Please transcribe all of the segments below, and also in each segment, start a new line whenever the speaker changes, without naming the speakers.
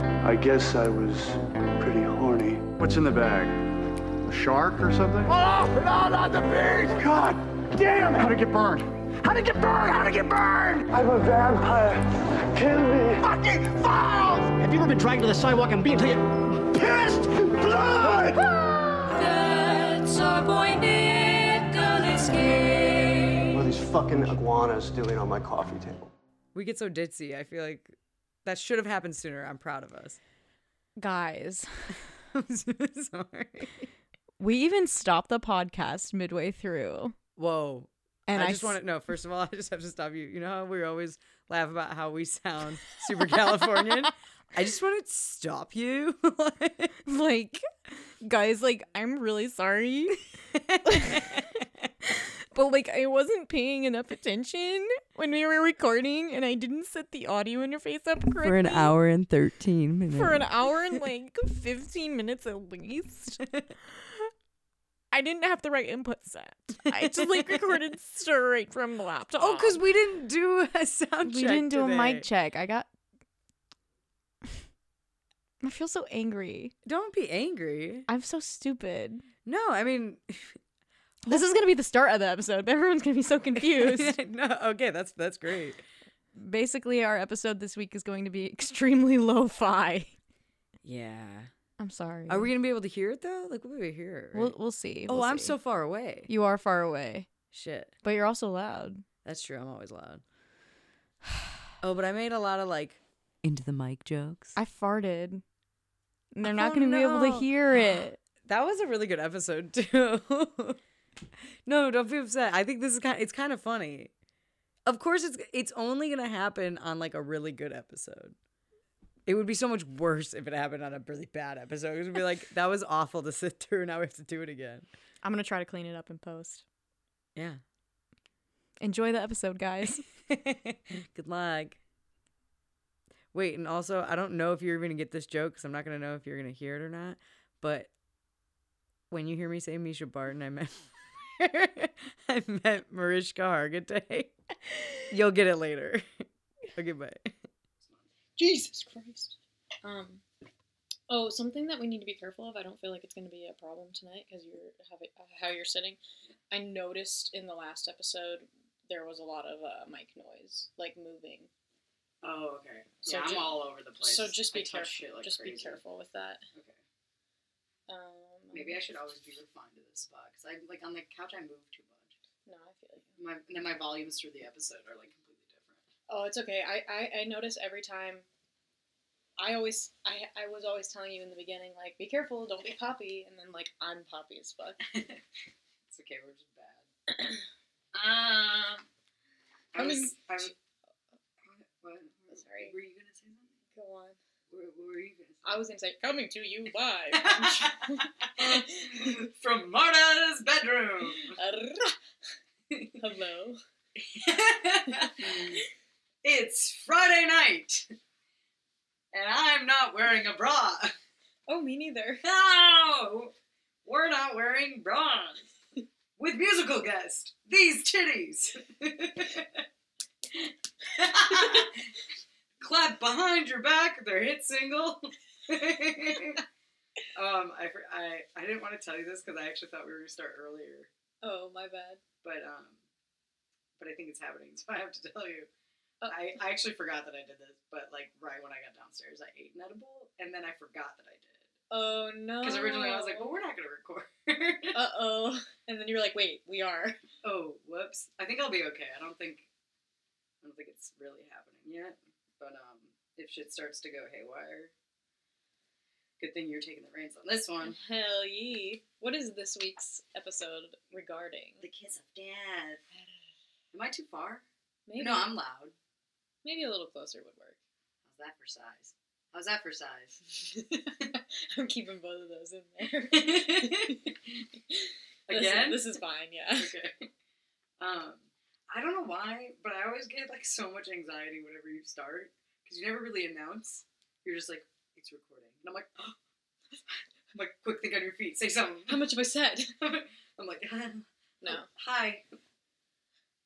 I guess I was pretty horny.
What's in the bag? A shark or something?
Oh, not on the beach!
God damn! How'd it get burned? How'd it get burned? How'd it get burned?
I'm a vampire. Kill me.
Fucking files!
Have you ever been dragged to the sidewalk and beaten till you...
Pissed blood!
That's our boy Nicholas Cage.
What are these fucking iguanas doing on my coffee table?
We get so ditzy. I feel like that should have happened sooner. I'm proud of us.
Guys,
I'm so sorry.
we even stopped the podcast midway through.
Whoa.
And
I,
I
just
s-
want to no. First of all, I just have to stop you. You know how we always laugh about how we sound super Californian. I just want to stop you.
Like, guys, like, I'm really sorry. but, like, I wasn't paying enough attention when we were recording and I didn't set the audio interface up correctly.
for an hour and 13 minutes.
For an hour and like 15 minutes at least. I didn't have the right input set. I just like recorded straight from the laptop.
oh, because we didn't do a sound
we
check.
didn't do a mic
today.
check. I got. I feel so angry.
Don't be angry.
I'm so stupid.
No, I mean,
This is gonna be the start of the episode, but everyone's gonna be so confused.
no. Okay, that's that's great.
Basically, our episode this week is going to be extremely lo-fi.
Yeah.
I'm sorry.
Are we gonna be able to hear it though? Like we were here.
We'll, we'll see.
oh,
we'll
I'm
see.
so far away.
You are far away,
Shit.
but you're also loud.
That's true. I'm always loud. Oh, but I made a lot of like.
Into the mic jokes.
I farted. And they're not
Oh,
going to be able
no.
to hear it.
That was a really good episode too. no, don't be upset. I think this is kind. it's kind of funny. Of course, it's it's only gonna happen on like a really good episode. It would be so much worse if it happened on a really bad episode. It would be like that was awful to sit through. Now we have to do it again.
I'm going to try to clean it up in post.
Yeah.
Enjoy the episode, guys.
good luck. Wait, and also I don't know if you're gonna get this joke because I'm not gonna know if you're gonna hear it or not. But when you hear me say Misha Barton, I meant I meant Mariska Hargitay. You'll get it later. Okay, bye.
Jesus Christ. Um. Oh, something that we need to be careful of. I don't feel like it's going to be a problem tonight because you're how, how you're sitting. I noticed in the last episode there was a lot of uh, mic noise, like moving.
Oh, okay.
So
yeah,
ju-
I'm all over the place.
so just be
I touch
careful.
shit like
just be
crazy.
careful with that.
Okay.
Um,
Maybe I should always be refined to this spot because I like on the couch I move too much.
No, I feel you.
My and then my volumes through the episode are like completely different.
Oh, it's okay. I, I, I notice every time. I always I, I was always telling you in the beginning like be careful don't be poppy and then like I'm poppy as fuck.
it's okay. We're just bad. um.
I
I was.
mean-
I was what, what,
Sorry.
Were you gonna say something?
Go on.
What, what were you gonna say?
I was gonna say coming to you live.
From Marta's bedroom.
Hello.
it's Friday night, and I'm not wearing a bra.
Oh, me neither.
No, we're not wearing bras. With musical guest, these titties. Clap behind your back, their hit single. um, I, for- I, I didn't want to tell you this because I actually thought we were going to start earlier
Oh, my bad.
but um, but I think it's happening, so I have to tell you.
Oh.
I, I actually forgot that I did this, but like right when I got downstairs, I ate an edible, and then I forgot that I did
Oh no.
because originally I was like, "Well, we're not gonna record."
uh oh. And then you were like, wait, we are.
oh, whoops! I think I'll be okay. I don't think I don't think it's really happening yet, but um, if shit starts to go haywire, good thing you're taking the reins on this
Um,
one.
Hell ye. What is this week's episode regarding?
The kiss of death. Am I too far?
Maybe
No, I'm loud.
maybe a little closer would work.
How's that for size? How's that for size?
I'm keeping both of those in there. This is-
Again?
This is, fine, yeah.
okay. Um, I don't know why, but I always get like so much anxiety whenever you start because you never really announce. You're just like, it's recording, and I'm like, "Oh." I'm like, quick, think on your feet, say something.
How much have I said?
I'm like, Oh,
No.
hi, and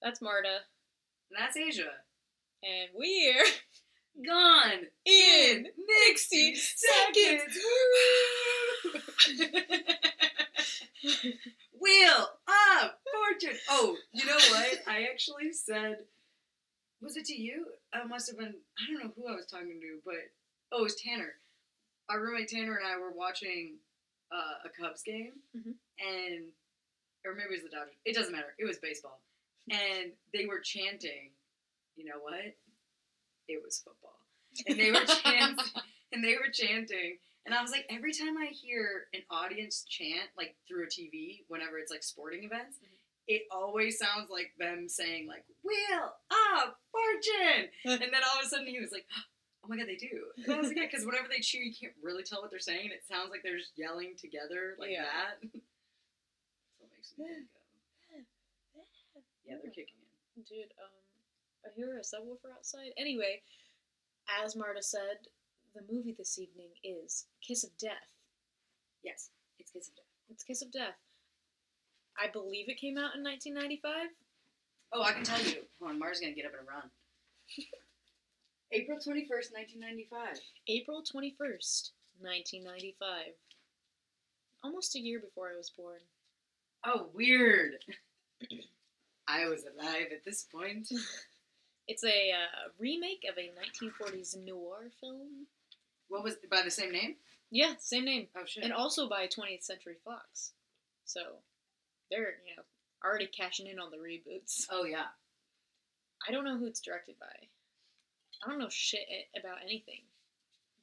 That's Marta.
that's Asia,
And we're
Gone
In
60
seconds.
Woo! Wheel up, fortune. Oh, you know what? I actually said, was it to you? I must have been, I don't know who I was talking to, but, oh, it was Tanner. Our roommate Tanner and I were watching uh, a Cubs game,
Mhm.
and, or maybe it was the Dodgers. It doesn't matter. It was baseball. And they were chanting, you know what? It was football. And they were chanting, and they were chanting. And I was like, every time I hear an audience chant, like through a TV, whenever it's like sporting events, it always sounds like them saying, like, Will, up, fortune. and then all of a sudden he was like, oh my God, they do. And I was like, yeah, because whenever they cheer, you can't really tell what they're saying. It sounds like they're just yelling together like
Yeah.
that. so it makes me go. Yeah, they're kicking in.
Dude, um, I hear a subwoofer outside. Anyway, as Marta said, the movie this evening is Kiss of Death.
Yes, it's kids of death.
It's Kiss of Death. I believe it came out in 1995.
Oh, I can tell you. Hold on, Mars gonna get up and run. April twenty first, nineteen ninety five.
April 21st, 1995. Almost a year before I was born.
Oh, weird. I was alive at this point.
It's a uh, remake of a 1940s noir film.
What was by the same name?
Yeah, same name.
Oh shit.
And also by 20th Century Fox. So they're, you know, already cashing in on the reboots.
oh yeah.
I don't know who it's directed by. I don't know shit a- about anything.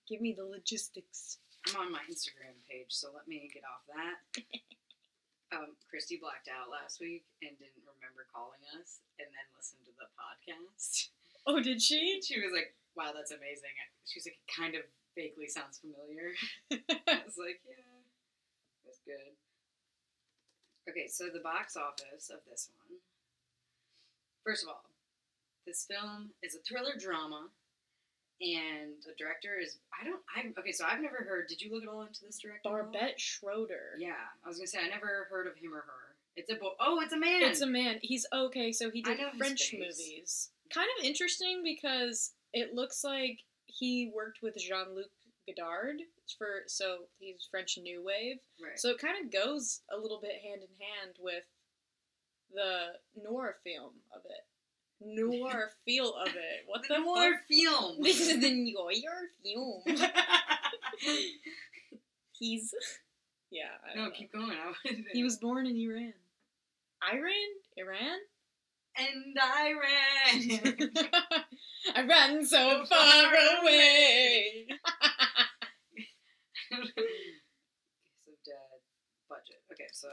Give me the logistics.
I'm on my Instagram page, so let me get off that. um, Christy blacked out last week and didn't remember calling us, and then listened to the podcast.
Oh, did she?
And she was like, "Wow, that's amazing." She was like, "It kind of vaguely sounds familiar." I was like, "Yeah, that's good." Okay, so the box office of this one. First of all, this film is a thriller drama, and the director is I don't I okay. So I've never heard. Did you look at all into this director? at all?
Barbette Schroeder.
Yeah, I was gonna say I never heard of him or her. It's a boy. Oh, it's a man.
It's a man. He's okay, so he
I
did
know his
French
face.
movies. Kind of interesting because it looks like he worked with Jean Luc Godard for so he's French New Wave.
right.
So it kind of goes a little bit hand in hand with the noir film of it. Noir feel of it. What the,
the more film.
This is the noir film. He's yeah. I don't
no,
know.
keep going. I
He was born in Iran. Iran? Iran?
and I ran.
I ran so far away.
Kiss of Death budget. Okay, so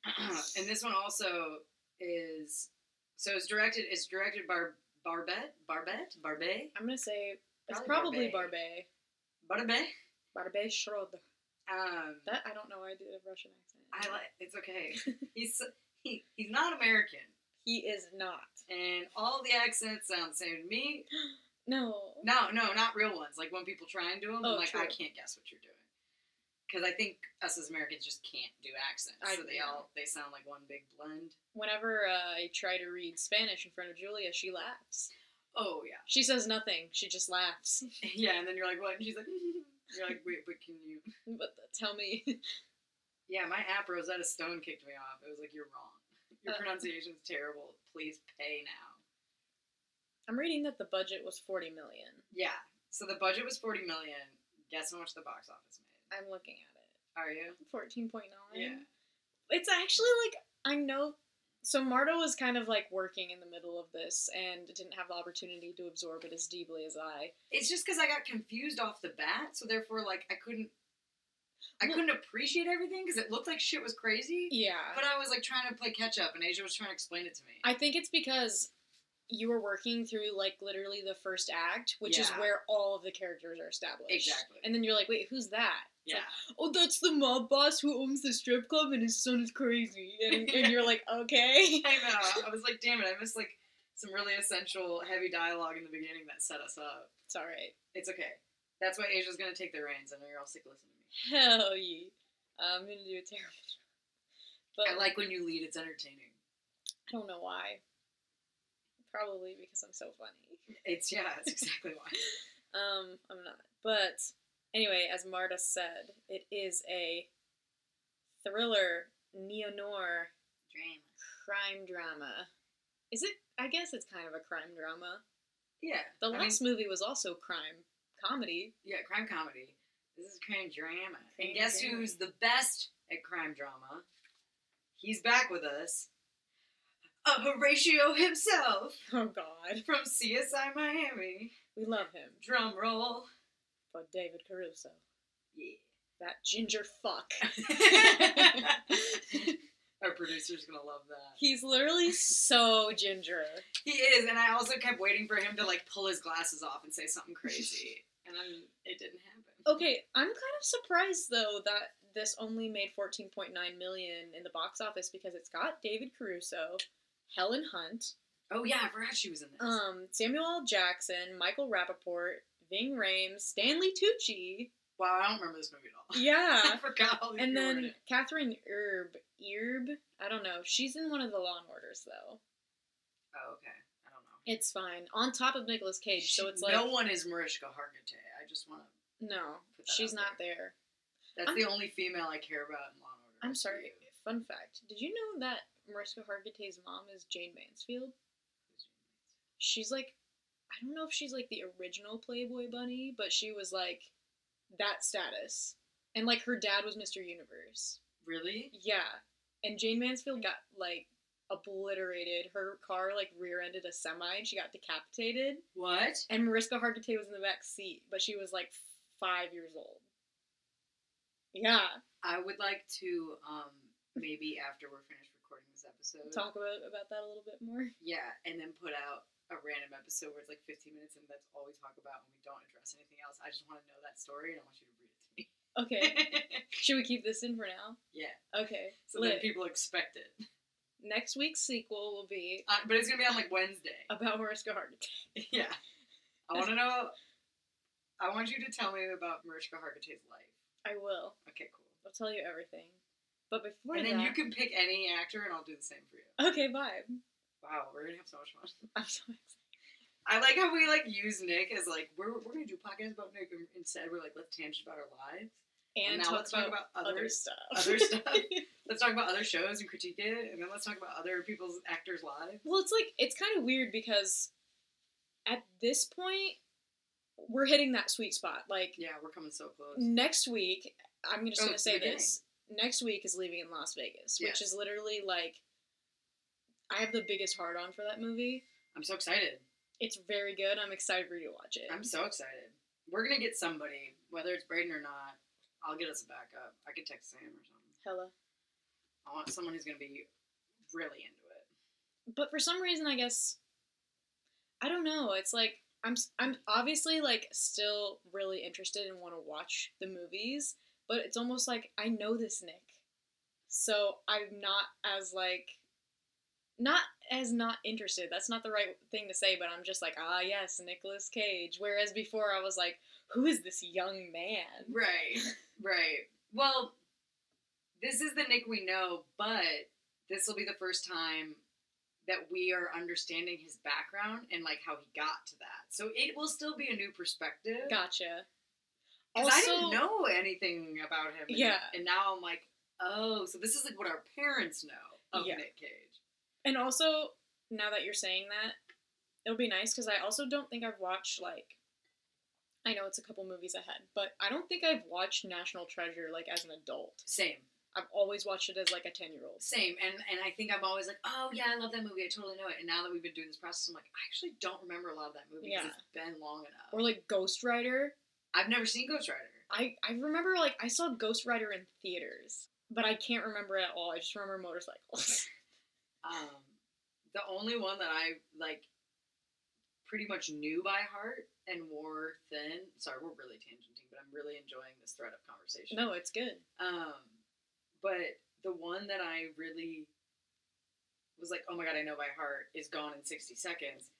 and this one also is so it's directed. It's directed by Barbette, Barbette, Barbet,
I'm gonna say it's
Probably
probably
Barbe.
Barbe.
Barbet.
Barbe Schroeder.
Um,
That I don't know why I did a Russian accent.
I like. It's okay. He's he, he's not American,
He is not.
and all the accents sound the same to me.
No.
No, no, not real ones. Like when people try and do them,
Oh,
I'm like,
true.
I can't guess what you're doing. Because I think us as Americans just can't do accents.
I
so they
know.
all they sound like one big blend.
Whenever uh, I try to read Spanish in front of Julia, she laughs.
Oh yeah,
She says nothing. She just laughs.
yeah. And then you're like, what? And she's like, you're like, wait, but can you?
but tell me,
Yeah, my app Rosetta Stone kicked me off. It was like, you're wrong. Your
Uh.
pronunciation's terrible. Please pay now.
I'm reading that the budget was 40 million.
Yeah. So the budget was forty million. Guess how much the box office made?
I'm looking at it.
Are you?
14.9.
Yeah.
It's actually like I know so Marta was kind of like working in the middle of this and didn't have the opportunity to absorb it as deeply as I.
It's just because I got confused off the bat, so therefore, like, I couldn't, I
Well-
couldn't appreciate everything because it looked like shit was crazy.
Yeah.
But I was like trying to play catch up, and Asia was trying to explain it to me.
I think it's because you were working through like literally the first act, which is
Yeah.
where all of the characters are established.
Exactly.
And then you're like, wait, who's that? It's
yeah,
like, oh, that's the mob boss who owns the strip club and his son is crazy. And, and you're like, okay.
I know. I was like, damn it, I missed like some really essential heavy dialogue in the beginning that set us up.
It's alright.
It's okay. That's why Asia's gonna take the reins. I know you're all sick of listening to me.
Hell yeah. I'm gonna do a terrible job. But
I like when you lead; it's entertaining.
I don't know why. Probably because I'm so funny.
It's yeah, that's exactly why.
Um, I'm not. But anyway, as Marta said, it is a thriller, neo-noir,
Dream.
crime drama. Is it? I guess it's kind of a crime drama.
Yeah.
The
I mean,
last movie was also crime comedy.
yeah, crime comedy. This is crime drama.
Crime
and guess
drama.
who's the best at crime drama? He's back with us. Uh, Horatio himself
Oh God,
from CSI Miami.
we love him.
Drum roll.
But David Caruso,
Yeah.
that ginger fuck.
Our producer's gonna love that.
He's literally so ginger.
He is, and I also kept waiting for him to like pull his glasses off and say something crazy, and then it didn't happen.
Okay, I'm kind of surprised though that this only made 14.9 million in the box office because it's got David Caruso, Helen Hunt,
Oh yeah, I forgot she was in this.
um, Samuel L. Jackson, Michael Rappaport, Ving Rhames, Stanley Tucci.
wow, I don't remember this movie at all. I
Yeah.
forgot. All these
Uh. And
people were in
then
it.
Catherine Erb, Erb, I don't know. She's in one of the Law and Orders though.
oh okay, I don't know.
It's fine. On top of Nicolas Cage, so it's like
no
no,
one is Mariska Hargitay. I just want to. Put that
she's
out
not there.
That's
I'm-
the only female I care about in Law and Order.
I'm sorry. Fun fact: Did you know that Mariska Hargitay's mom is Jane Mansfield? She's like, I don't know if she's like the original Playboy bunny, but she was like that status, and like her dad was Mr. Universe.
Really?
Yeah, and Jane Mansfield got like obliterated. Her car like rear-ended a semi, and she got decapitated.
What?
And Mariska Hargitay was in the back seat, but she was like five years old. Yeah,
I would like to um maybe after we're finished recording this episode
talk about about that a little bit more.
Yeah, and then put out a random episode where it's like 15 minutes and that's all we talk about and we don't address anything else. I just want to know that story and I want you to read it to me.
Okay. Should we keep this in for now?
yeah,
Okay.
so
lit.
that people expect it.
Next week's sequel will be
Uh, but it's gonna be on like Wednesday.
about Mariska Hargitay.
yeah, I want to know. I want you to tell me about Mariska Hargitay's life.
I will.
Okay, cool.
I'll tell you everything. But before
and
that,
then you can pick any actor, and I'll do the same for you.
okay, bye.
Wow, we're gonna have so much fun.
I'm so excited.
I like how we like use Nick as like we're, we're gonna do podcasts about Nick, and instead we're like let's tangent about our lives.
And,
now
talk,
let's talk
about
about
other
others-
stuff.
other stuff. Let's talk about other shows and critique it, and then let's talk about other people's actors' lives.
well, it's like it's kind of weird because at this point we're hitting that sweet spot. Like
Yeah, we're coming so close.
next week i'm just
Oh,
going to
it's
say
the beginning.
this next week is leaving in las vegas which
Yes.
is literally like i have the biggest heart on for that movie
I'm so excited.
it's very good i'm excited for you to watch it
I'm so excited. We're gonna get somebody, whether it's Braden or not. I'll get us a backup. I could text Sam or something.
hella
I want someone who's gonna be really into it.
but for some reason i guess i don't know it's like i'm s- i'm obviously like still really interested and want to watch the movies but it's almost like i know this nick so i'm not as like not as not interested that's not the right thing to say but i'm just like ah yes nicolas cage whereas before i was like who is this young man
Right, right. Well, this is the Nick we know, but this will be the first time that we are understanding his background and like how he got to that. So it will still be a new perspective.
gotcha
'Cause I didn't
Also-
know anything about him. And,
Yeah.
And now I'm like, oh, so this is like what our parents know of
Yeah.
Nick Cage.
And also, now that you're saying that, it'll be nice because I also don't think I've watched like I know it's a couple movies ahead, but I don't think I've watched National Treasure like as an adult.
Same,
I've always watched it as like a 10-year-old.
same. And and I think I'm always like, oh yeah, I love that movie. I totally know it. And now that we've been doing this process, I'm like, I actually don't remember a lot of that movie because
Yeah.
it's been long enough.
Or like Ghost Rider.
I've never seen Ghost Rider.
I I remember like I saw Ghost Rider in theaters, but I can't remember it at all. I just remember motorcycles.
Um, the only one that I like pretty much knew by heart and wore thin. Sorry, we're really tangenting, but I'm really enjoying this thread of conversation.
no, it's good.
Um, but the one that I really was like, oh my god, I know by heart is Gone in 60 Seconds.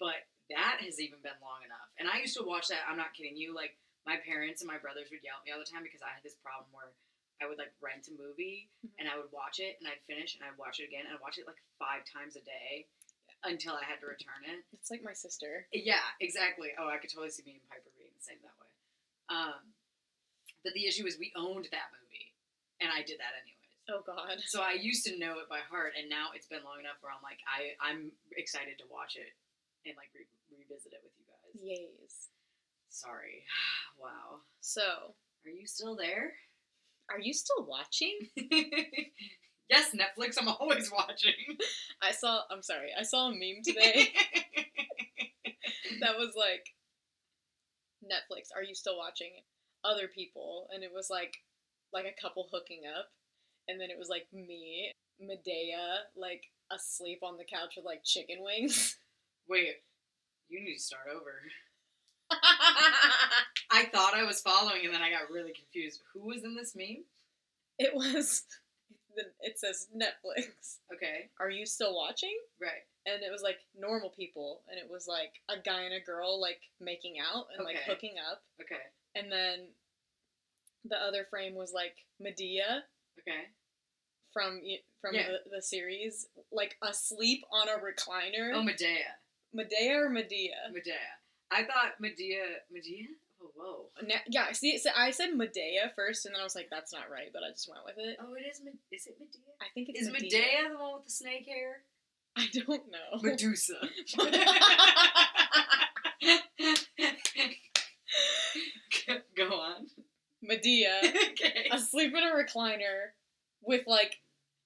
But that has even been long enough. And I used to watch that, I'm not kidding you, like my parents and my brothers would yell at me all the time because I had this problem where I would like rent a movie
Mhm.
and I would watch it and I'd finish and I'd watch it again and I'd watch it like five times a day. until I had to return it.
It's like my sister.
Yeah, exactly. Oh, I could totally see me and Piper being the same that way. Um, but the issue is we owned that movie, and I did that anyways.
Oh God.
So I used to know it by heart, and now it's been long enough where I'm like, I I'm excited to watch it and like re- revisit it with you guys.
Yays.
Sorry. Wow.
So,
Are you still there?
are you still watching?
yes, Netflix. I'm always watching.
I saw. I'm sorry. I saw a meme today that was like, Netflix. Are you still watching other people? And it was like, like a couple hooking up, and then it was like me, Medea, like asleep on the couch with like chicken wings.
Wait, you need to start over. I thought I was following, and then I got really confused. Who was in this meme?
It was. the- It says Netflix.
Okay,
Are you still watching?
right.
and it was like normal people and it was like a guy and a girl like making out and like
Okay.
hooking up
Okay,
and then the other frame was like medea
okay.
from y- from
Yeah.
the, the series like asleep on a recliner
Oh, Medea.
medea or medea
Medea. I thought Medea. Medea? Oh, whoa.
Na- yeah see so i said medea first and then i was like that's not right but i just went with it
Oh, it is. Med- Is it Medea?
i think it's
Is
medea.
Medea the one with the snake hair?
i don't know
Medusa. Go on.
medea
Okay.
asleep in a recliner with like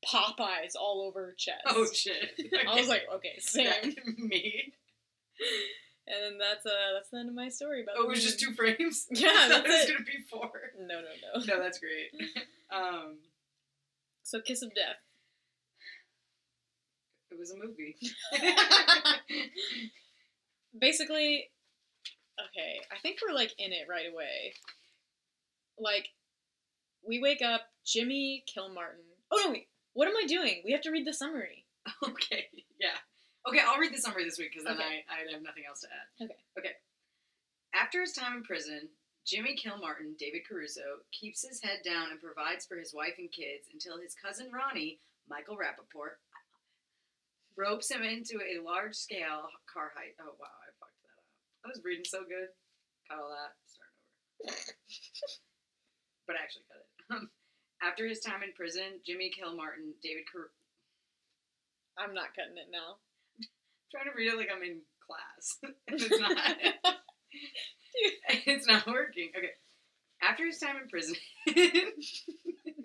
popeyes all over her chest
Oh shit.
I was like, okay, same. And
That- me.
then that's uh that's the end of my story about.
Oh, it
the
was just
movie.
two frames.
Yeah,
I thought
that's
it was
it.
gonna be four.
No, no, no.
No, that's great. Um,
So kiss of death.
it was a movie.
Basically, okay. I think we're like in it right away. Like, we wake up. Jimmy Kilmartin. Oh no, wait. What am I doing? We have to read the summary.
okay. Yeah. Okay, I'll read the summary this week because then
Okay.
I, I have nothing else to add.
Okay.
Okay. After his time in prison, Jimmy Kilmartin, David Caruso, keeps his head down and provides for his wife and kids until his cousin Ronnie, Michael Rappaport, ropes him into a large scale car heist. Oh, wow, I fucked that up. I was reading so good. Cut all that. Start over. but I actually cut it. After his time in prison, Jimmy Kilmartin, David Caruso.
I'm not cutting it now.
trying to read it like I'm in class. it's not. it's not working. Okay. After his time in prison,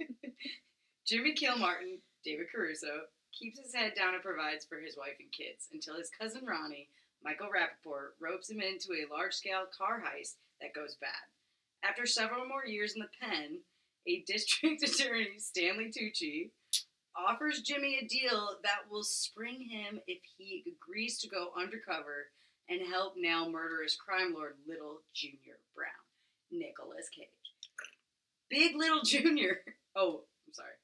Jimmy Kilmartin, David Caruso, keeps his head down and provides for his wife and kids until his cousin Ronnie, Michael Rappaport, ropes him into a large scale car heist that goes bad. After several more years in the pen, a district attorney, Stanley Tucci, offers Jimmy a deal that will spring him if he agrees to go undercover and help now murderous crime lord Little Junior Brown, Nicholas Cage. Big Little Junior, oh, I'm sorry,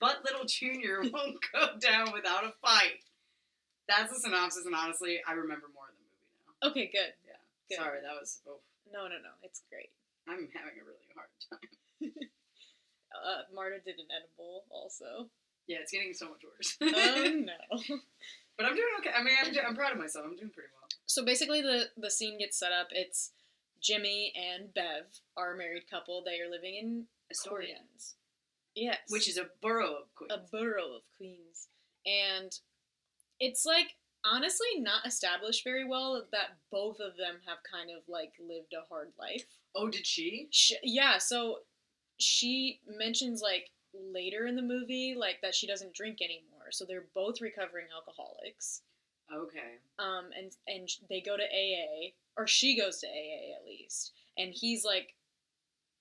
but Little Junior won't go down without a fight. That's the synopsis, and honestly, I remember more of the movie now.
Okay, good. Good.
Sorry, that was. Oh,
No, no, no. It's great.
I'm having a really hard time.
Uh, Marta did an edible also.
Yeah, it's getting so much worse.
Oh no.
but I'm doing okay. I mean, I'm, do- I'm proud of myself. I'm doing pretty well.
so basically the the scene gets set up it's jimmy and bev are a married couple they are living in
Astoria.
queens yes
Which is a borough of Queens.
a borough of queens and it's like honestly not established very well that both of them have kind of like lived a hard life
Oh, did she?
Sh yeah so she mentions like later in the movie like that she doesn't drink anymore so they're both recovering alcoholics
Okay.
um, and and sh- they go to AA, or she goes to AA at least, and he's like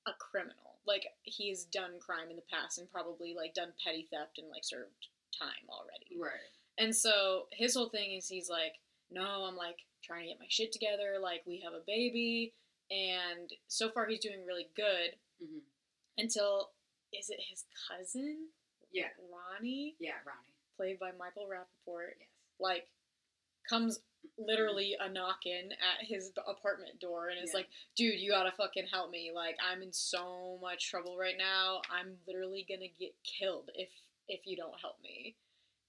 a criminal. Like he has done crime in the past and probably like done petty theft and like served time already.
Right.
And so his whole thing is he's like, no, I'm like trying to get my shit together. Like we have a baby, and so far he's doing really good
hmm
until is it his cousin?
Yeah.
Ronnie,
Yeah, Ronnie.
played by Michael Rappaport
Yes.
like comes literally a knock in at his b- apartment door and is
Yeah.
like dude you gotta fucking help me like i'm in so much trouble right now i'm literally gonna get killed if if you don't help me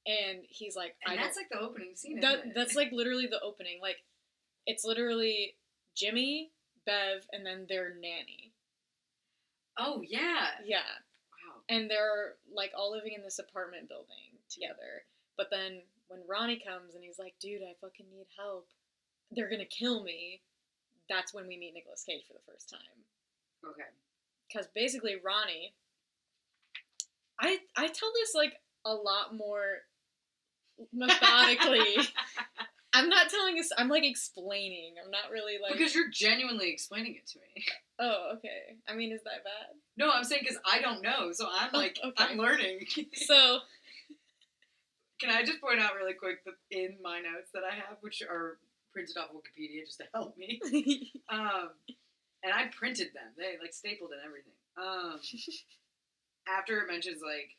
and he's like,
And
I
that's
don't.
like the opening scene. isn't
that
it?
that's like literally the opening. Like, it's literally Jimmy, Bev, and then their nanny.
oh yeah.
Yeah,
Wow.
and they're like all living in this apartment building together. But then when Ronnie comes and he's like, "Dude, I fucking need help. They're gonna kill me." That's when we meet Nicolas Cage for the first time.
Okay.
because basically Ronnie, I I tell this like a lot more methodically. I'm not telling this. I'm like explaining. I'm not really like.
because you're genuinely explaining it to me.
oh, okay. I mean, is that bad?
No, I'm saying because I don't know, so I'm like
Oh, Okay.
I'm learning.
So
Can I just point out really quick that in my notes that I have, which are printed off Wikipedia just to help me, um, and I printed them. They like stapled and everything. Um, after it mentions like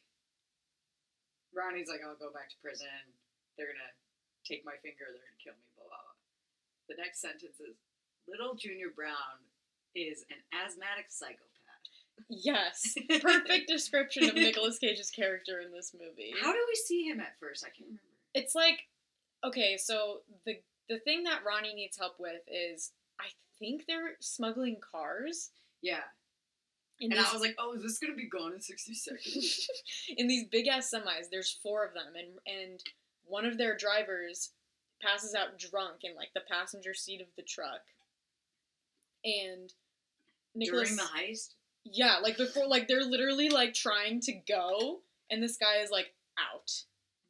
Ronnie's like, I'll go back to prison. They're gonna take my finger. They're gonna kill me. Blah blah. blah. The next sentence is, Little Junior Brown is an asthmatic psychopath.
yes, perfect description of Nicolas Cage's character in this movie.
How do we see him at first? I can't remember.
It's like okay, so the the thing that Ronnie needs help with is I think they're smuggling cars.
Yeah.
in
And I
these-
was like, oh, is this gonna be gone in 60 seconds?
in these big ass semis. There's four of them, and and one of their drivers passes out drunk in like the passenger seat of the truck. And Nicholas,
During the heist?
yeah, like before, like they're literally like trying to go, and this guy is like out.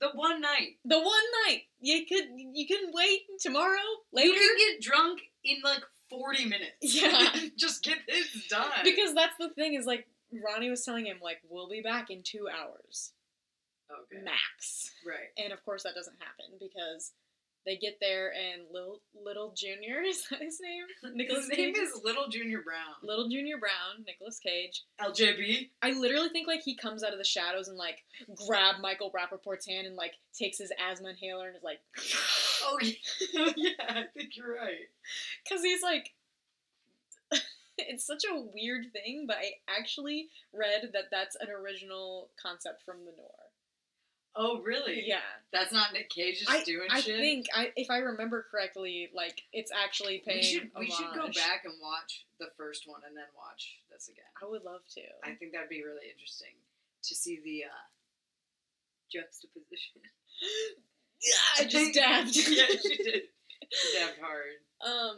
The one night.
The one night you could you couldn't wait tomorrow later.
You can get drunk in like 40 minutes.
Yeah.
Just get this done.
because that's the thing is like Ronnie was telling him like we'll be back in two hours
Okay.
max.
Right.
And of course, that doesn't happen because they get there and Lil Little Junior is that his name? Nicholas
His name
Cage
is Little Junior Brown.
Little Junior Brown. Nicholas Cage.
LJB.
I literally think like he comes out of the shadows and like grab Michael Rappaport's hand and like takes his asthma inhaler and is like,
Oh, yeah. yeah, I think you're right.
because he's like. It's such a weird thing, but I actually read that that's an original concept from the Noir.
Oh, really?
Yeah,
That's not Nick Cage just doing
I
shit?
think I, if I remember correctly, like it's actually paying.
we should, we should go
homage.
back and watch the first one and then watch this again.
I would love to.
I think that'd be really interesting to see the uh, juxtaposition.
I just dabbed.
yeah, she did. She dabbed hard.
um,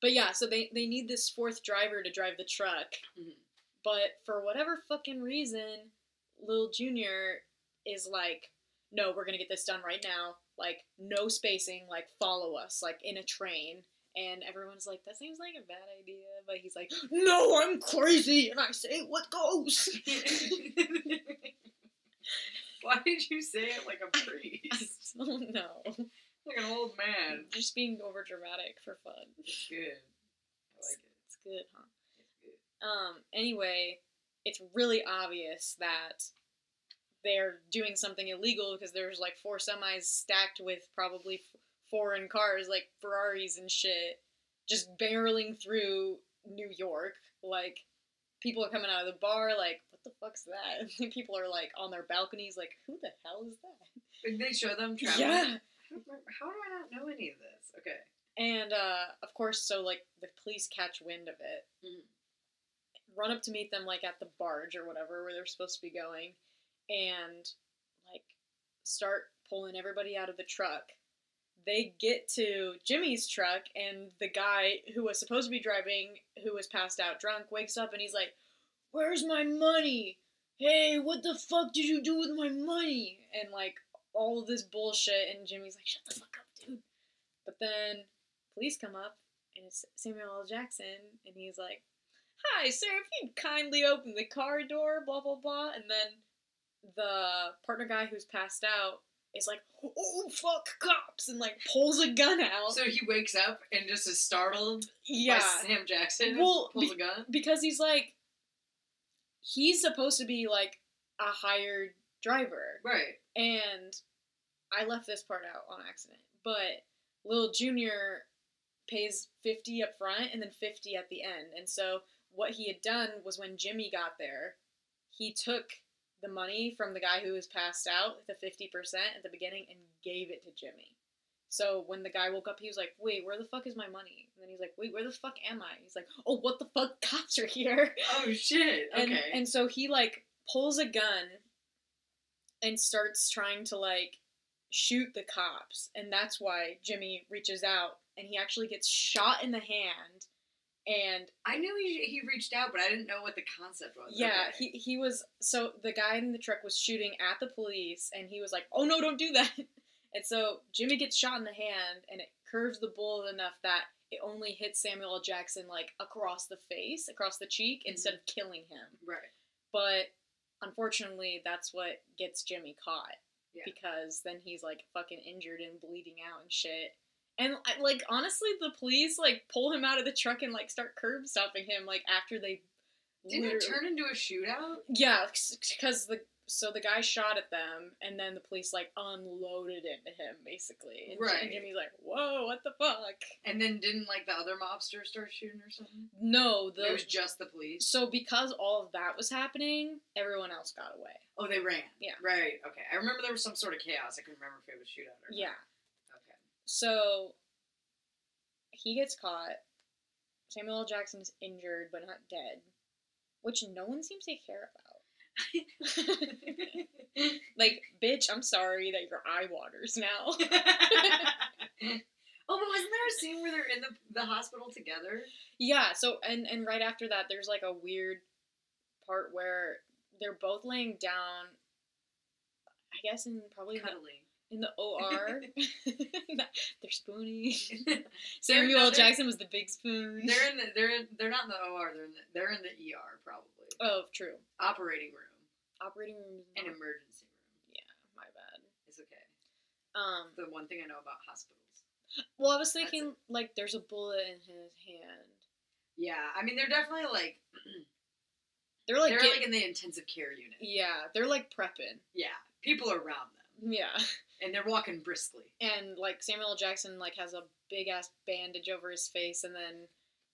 but yeah, so they they need this fourth driver to drive the truck,
Mhm.
but for whatever fucking reason, Lil Junior is like, no, we're gonna get this done right now. Like no spacing. Like follow us. Like in a train. And everyone's like, that seems like a bad idea. But he's like, no, I'm crazy and I say what goes.
Why did you say it like a
I
priest?
don't know.
Like an old man.
Oh, Just being over dramatic for fun.
It's good. I like it.
It's good, huh?
It's good.
Um, anyway, it's really obvious that they're doing something illegal because there's like four semis stacked with probably f- foreign cars, like Ferraris and shit, just barreling through New York. Like, people are coming out of the bar, like, what the fuck's that? people are like on their balconies, like, who the hell is that?
Did they show them traveling?
Yeah.
I don't remember- How do I not know any of this? Okay.
And uh, of course, so like the police catch wind of it,
Mhm.
run up to meet them like at the barge or whatever where they're supposed to be going, and like start pulling everybody out of the truck. They get to Jimmy's truck, and the guy who was supposed to be driving, who was passed out drunk, wakes up and he's like, Where's my money? Hey, what the fuck did you do with my money? And like all of this bullshit, and Jimmy's like, Shut the fuck up, dude. But then police come up, and it's Samuel L. Jackson, and he's like, Hi, sir, if you'd kindly open the car door, blah, blah, blah. And then the partner guy who's passed out is like, Oh, fuck, cops! And like pulls a gun out.
So he wakes up and just is startled
yeah.
by Sam Jackson.
Well,
pulls
be-
a gun.
because he's like, he's supposed to be like a hired driver.
Right.
And I left this part out on accident, but Lil Junior pays 50 up front and then 50 at the end. And so what he had done was when Jimmy got there, he took the money from the guy who was passed out, the 50% at the beginning, and gave it to Jimmy. So when the guy woke up, he was like, wait, where the fuck is my money? And then he's like, wait, where the fuck am I? He's like, oh, what the fuck? Cops are here.
Oh shit. Okay.
And, and so he, like, pulls a gun and starts trying to, like, shoot the cops. And that's why Jimmy reaches out and he actually gets shot in the hand. And
I knew he, he reached out, but I didn't know what the concept was.
yeah,
Okay.
he, he was so the guy in the truck was shooting at the police and he was like, "Oh no, don't do that." And so Jimmy gets shot in the hand and it curves the bullet enough that it only hits Samuel L. Jackson like across the face, across the cheek
Mm-hmm.
instead of killing him.
right.
But unfortunately, that's what gets Jimmy caught
Yeah.
because then he's like fucking injured and bleeding out and shit. And I- like honestly, the police like pull him out of the truck and like start curb stomping him like after they
Didn't it
literally-
turn into a shootout?
yeah, because the so the guy shot at them, and then the police like unloaded into him basically. And, Ji-
Right.
and Jimmy's like, "Whoa, what the fuck?"
And then didn't like the other mobster start shooting or something?
No, the
it was just the police.
so because all of that was happening, everyone else got away.
Oh, they ran.
Yeah.
Right. Okay. I remember there was some sort of chaos. I couldn't remember if it was shootout or not.
Yeah.
Okay.
So he gets caught. Samuel L. Jackson is injured but not dead, which no one seems to care about. like, bitch, I'm sorry that your eye waters now.
oh, but wasn't there a scene where they're in the the hospital together?
Yeah, so and and right after that there's like a weird part where they're both laying down I guess in probably in the,
Cuddling.
in the OR. they're spoony.
They're-
Samuel
no,
L.
they're-
Jackson was the big spoon.
They're in the they're in, they're not in the OR. They're in the, they're in the ER probably.
Oh, Uh-huh. true.
Operating room
Operating room is
and
not
emergency room.
my bad.
It's okay.
Um
The one thing I know about hospitals.
well I was
That's
thinking like there's a bullet in his hand.
Yeah, I mean they're definitely like
They're like,
they're
get-
like in the intensive care unit.
yeah, they're like prepping.
Yeah, people are around them
Yeah.
and they're walking briskly.
and like Samuel L. Jackson like has a big ass bandage over his face, and then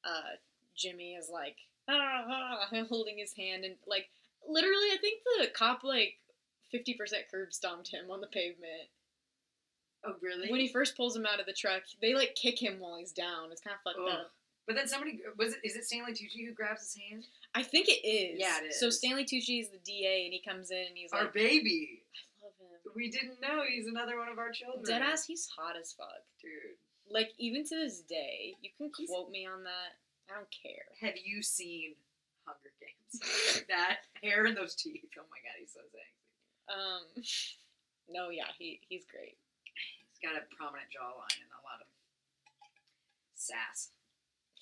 uh, Jimmy is like ah, ah, holding his hand, and like literally, I think the cop like fifty percent curb stomped him on the pavement
Oh really?
when he first pulls him out of the truck. They like kick him while he's down. It's kind of fucked
Ugh.
up.
But then somebody was it? Is it Stanley Tucci who grabs his hand?
I think it is.
Yeah, it
So
is.
Stanley Tucci is the DA, and he comes in and he's
Our
like,
baby.
I love him.
We didn't know he's another one of our children.
Deadass, he's hot as fuck.
dude.
Like even to this day, you can
He's-
quote me on that. I don't care.
Have you seen Hunger Games? that hair and those teeth. Oh my god, he's so sexy.
Um, no, yeah, he he's great.
He's got a prominent jawline and a lot of sass.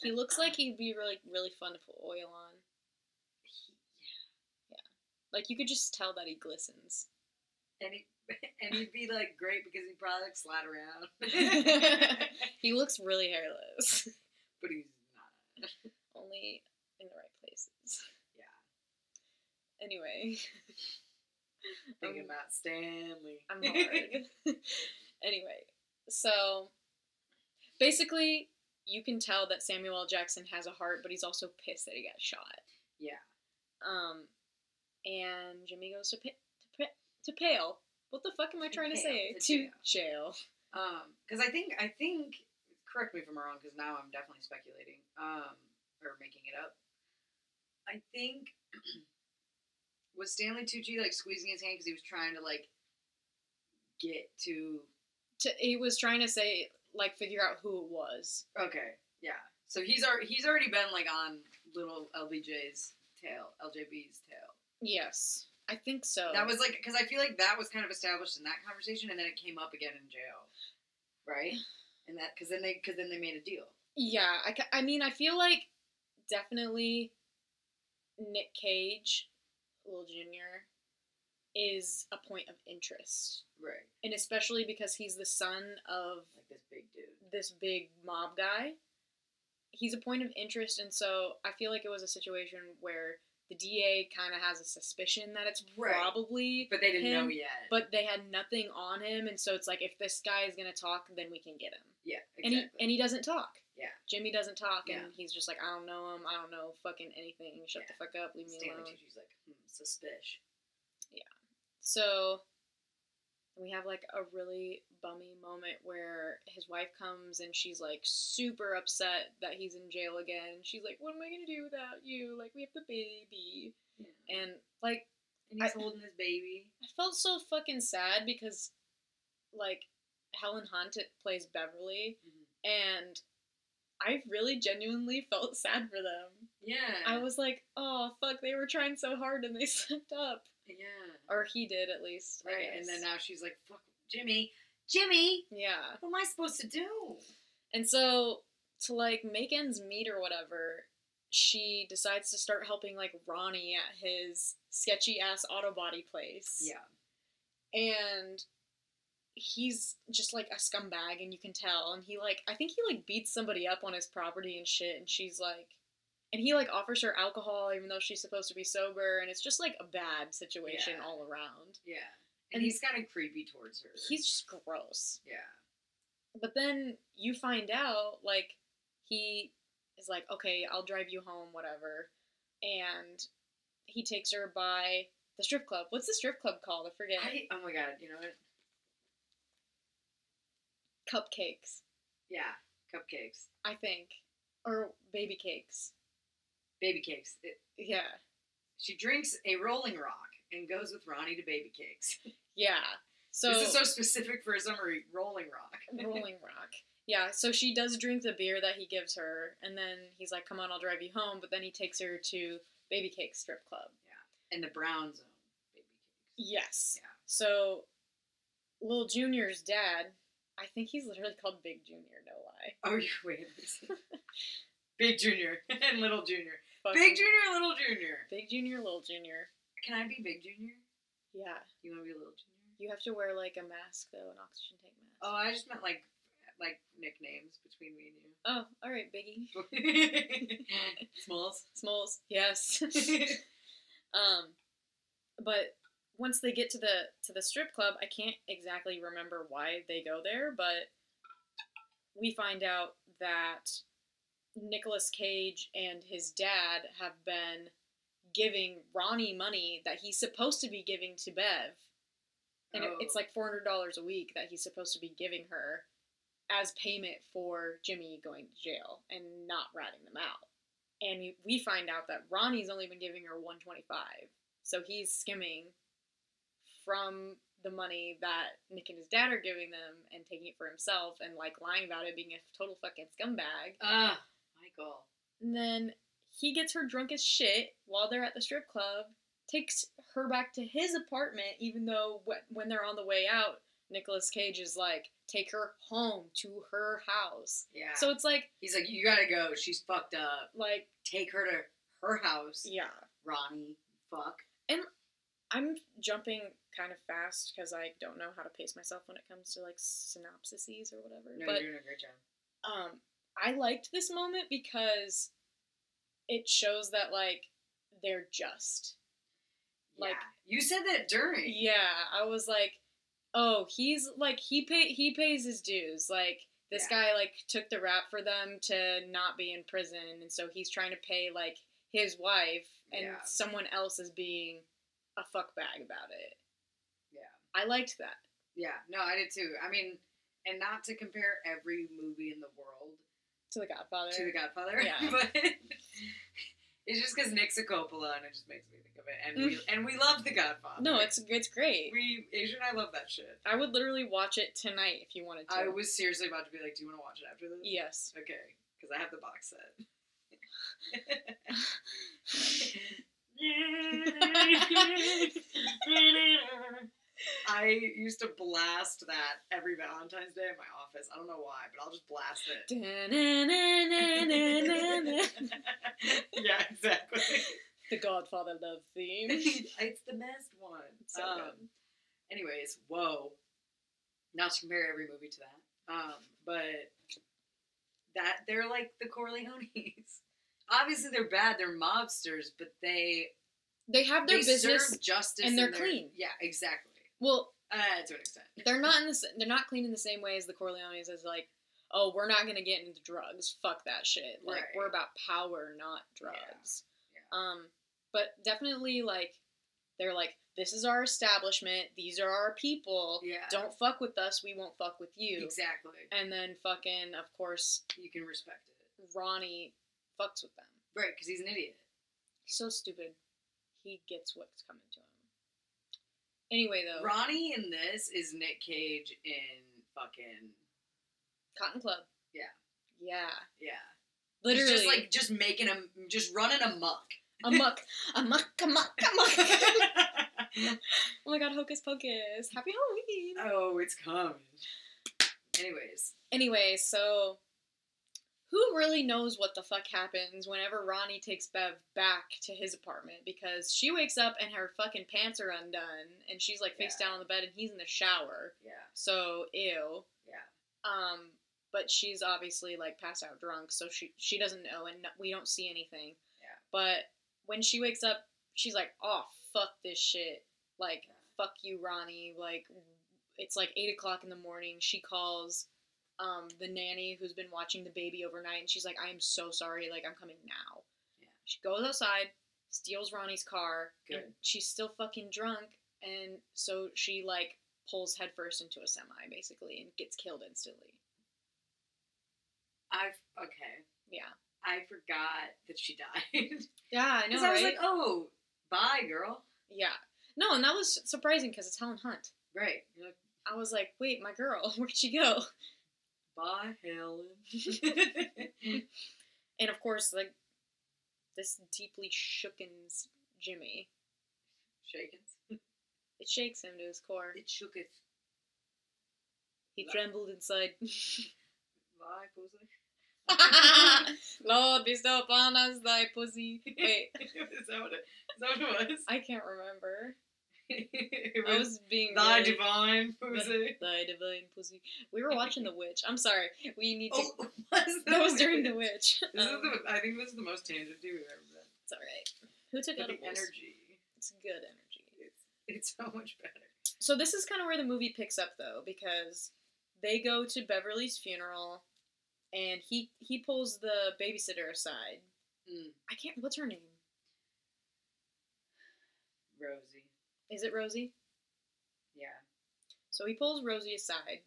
He looks like he'd be really really fun to put oil on. Like you could just tell that he glistens.
And he and he'd be like great because he'd probably like slide around. but
He looks really hairless,
he's not.
only in the right places.
Yeah.
Anyway,
Thinking
Um,
about Stanley.
I'm hard. anyway, so basically, you can tell that Samuel L. Jackson has a heart, but he's also pissed that he got shot.
Yeah.
Um, and Jimmy goes to pa- to, pa- to pale. What the fuck am I
To
trying to
Pale,
say?
to
To jail.
Um, because I think I think correct me if I'm wrong, because now I'm definitely speculating, um, or making it up. I think was Stanley Tucci like squeezing his hand because he was trying to like get to
To, he was trying to say like figure out who it was.
okay, yeah. So he's already he's already been like on little LBJ's tail, LJB's tail.
Yes, I think so.
That was like because I feel like that was kind of established in that conversation, and then it came up again in jail, right? And that because then they because then they made a deal.
yeah. I ca- I mean I feel like definitely Nick Cage, Lil Junior, is a point of interest,
Right.
and especially because he's the son of
Like this big dude.
this big mob guy. He's a point of interest, and so I feel like it was a situation where the DA kind of has a suspicion that it's
Right.
probably,
But they didn't
him,
know yet.
but they had nothing on him, and so it's like if this guy is gonna talk, then we can get him.
yeah, exactly.
And he and he doesn't talk.
Yeah.
Jimmy doesn't talk,
Yeah.
and he's just like, I don't know him. I don't know fucking anything. Shut the fuck up. Leave me
Stanley
alone.
Tucci's like, hmm, suspish.
So we have like a really bummy moment where his wife comes and she's like super upset that he's in jail again. She's like, What am I gonna do without you? Like, we have the baby.
And,
And like,
he's
I-
holding his baby.
I felt so fucking sad because like Helen Hunt it plays Beverly
Mhm.
and I really genuinely felt sad for them.
Yeah.
I was like, oh fuck, they were trying so hard and they slipped up.
yeah.
Or he did at least. I
Right, and
guess.
then now she's like, "Fuck, Jimmy, Jimmy,
Yeah.
what am I supposed to do?"
And so to like make ends meet or whatever, she decides to start helping like Ronnie at his sketchy ass auto body place.
Yeah,
And he's just like a scumbag and you can tell and he like I think he like beats somebody up on his property and shit and she's like and he like offers her alcohol even though she's supposed to be sober and it's just like a bad situation
Yeah.
all around.
yeah, and,
And-
he's kind of creepy towards her.
He's just gross.
yeah,
but then you find out like he is like okay i'll drive you home whatever and he takes her by the strip club what's the strip club called i forget
I, oh my god, you know what?
cupcakes
Yeah, cupcakes,
i think or baby cakes
baby cakes. It,
yeah
she drinks a Rolling Rock and goes with Ronnie to baby cakes.
yeah so
this is so specific for a summary. Rolling Rock.
Rolling Rock. Yeah, so she does drink the beer that he gives her, and then he's like, "Come on, I'll drive you home." But then he takes her to Baby Cake Strip Club.
and the Brown Zone baby cakes.
Yes.
Yeah.
So, Lil Junior's dad, I think he's literally called Big Junior. No lie.
Oh, you wait. Big Junior and Little Junior.
Fucking-
Big Junior, Little Junior.
Big Junior, Lil Junior.
Can I be Big Junior?
Yeah,
You want to be Little Junior?
you have to wear like a mask though, an oxygen tank mask.
Oh, I just meant like like nicknames between me and
Oh, all right, Biggie.
you. Smalls.
Smalls. Yes. um, but once they get to the to the strip club, I can't exactly remember why they go there, but we find out that Nicolas Cage and his dad have been giving Ronnie money that he's supposed to be giving to Bev. And it- it's
Oh.
like $400 a week that he's supposed to be giving her as payment for Jimmy going to jail and not ratting them out. And we- we find out that Ronnie's only been giving her 125. So he's skimming from the money that Nick and his dad are giving them and taking it for himself and like lying about it being a total fucking scumbag.
Ah, Michael.
And then he gets her drunk as shit while they're at the strip club, takes her back to his apartment, even though wh- when they're on the way out, Nicolas Cage is like, take her home to her house.
Yeah.
So it's like,
he's like, you gotta go. She's fucked up.
like,
Take her to her house.
yeah.
Ronnie. Fuck.
I'm jumping kind of fast because I don't know how to pace myself when it comes to like synopsises or whatever.
No,
but
you're doing a great job.
um, I liked this moment because it shows that like they're just.
Like
Like-
you said that during.
Yeah, I was like, oh, he's like he pay he pays his dues. Like this guy like took the rap for them to not be in prison, and so he's trying to pay like his wife, and
Yeah.
someone else is being a fuckbag about it.
Yeah.
I liked that.
Yeah. No, I did too. I mean, and not to compare every movie in the world
To the Godfather.
to The Godfather,
Yeah.
but it's just because Nick's a Coppola, and it just makes me think of it. And we and we love The Godfather.
Mm. no, it's it's great.
we Asia and I love that shit.
I would literally watch it tonight if you wanted to.
I was seriously about to be like, "Do you want to watch it after this?"
Yes.
Okay, because I have the box set. I used to blast that every Valentine's Day in my office. I don't know why, but I'll just blast it.
the
yeah, exactly.
Godfather love theme.
it's the best one.
So
um, anyways, whoa. Not to compare every movie to that, um, but that they're like the Corleones. Obviously, they're bad. They're mobsters, but they
They have their
they
business.
serve justice
and they're
their-
clean.
Yeah, exactly.
Well,
Uh, to an extent.
they're not in the. s- They're not clean in the same way as the Corleones. As like, oh, we're not gonna get into drugs. Fuck that shit. Like
Right.
we're about power, not drugs.
Yeah.
Um, but definitely like, they're like, this is our establishment. These are our people.
Yeah.
Don't fuck with us. We won't fuck with you.
Exactly.
And then fucking, of course,
You can respect it.
Ronnie fucks with them.
Right, because he's an idiot.
He's so stupid. He gets what's coming to him. Anyway, though,
Ronnie in this is Nick Cage in fucking
Cotton Club.
Yeah.
Yeah.
yeah. He's
Literally.
just like just making him just running amok.
a muck, a muck, a muck, a muck.
oh,
oh my god, Hocus Pocus. Happy Halloween.
it's coming. Anyways,
Anyway, so who really knows what the fuck happens whenever Ronnie takes Bev back to his apartment because she wakes up and her fucking pants are undone and she's like face down on the bed and he's in the shower.
yeah,
So ew.
Yeah.
Um, but she's obviously like passed out drunk, so she she doesn't know and no, we don't see anything.
Yeah.
But when she wakes up, she's like, "Oh fuck this shit! Like
Yeah.
fuck you, Ronnie! Like it's like eight o'clock in the morning." She calls um the nanny who's been watching the baby overnight, and she's like, "I am so sorry. Like I'm coming now."
Yeah.
She goes outside, steals Ronnie's car, and
Good.
she's still fucking drunk, and so she like pulls headfirst into a semi basically and gets killed instantly.
I've okay.
Yeah.
I forgot that she died
Yeah, I know,
because
right?
I was like, oh, bye, girl.
yeah. No, and that was surprising because it's Helen Hunt.
Right. You're like,
I was like, wait, my girl, where'd she go?
bye, Helen.
And of course, like, this deeply shookens Jimmy.
Shakens.
It shakes him to his core.
It shook it.
He trembled inside.
Bye, pussy.
Lord, bestow upon us thy pussy. Wait,
is that what it, is that what it was?
I can't remember.
it
I was being
thy
really-
divine pussy.
Thy divine pussy. We were watching The Witch. I'm sorry. We need to.
Oh, was
that was during The Witch.
This is
Um,
the, I think this is the most tangent we've ever been.
It's all right. Who took
But
out
the energy,
It's good energy.
it's, it's so much better.
So this is kind of where the movie picks up though, because they go to Beverly's funeral, and he he pulls the babysitter aside.
Mm.
I can't. What's her name?
Rosie.
Is it Rosie?
Yeah.
So he pulls Rosie aside,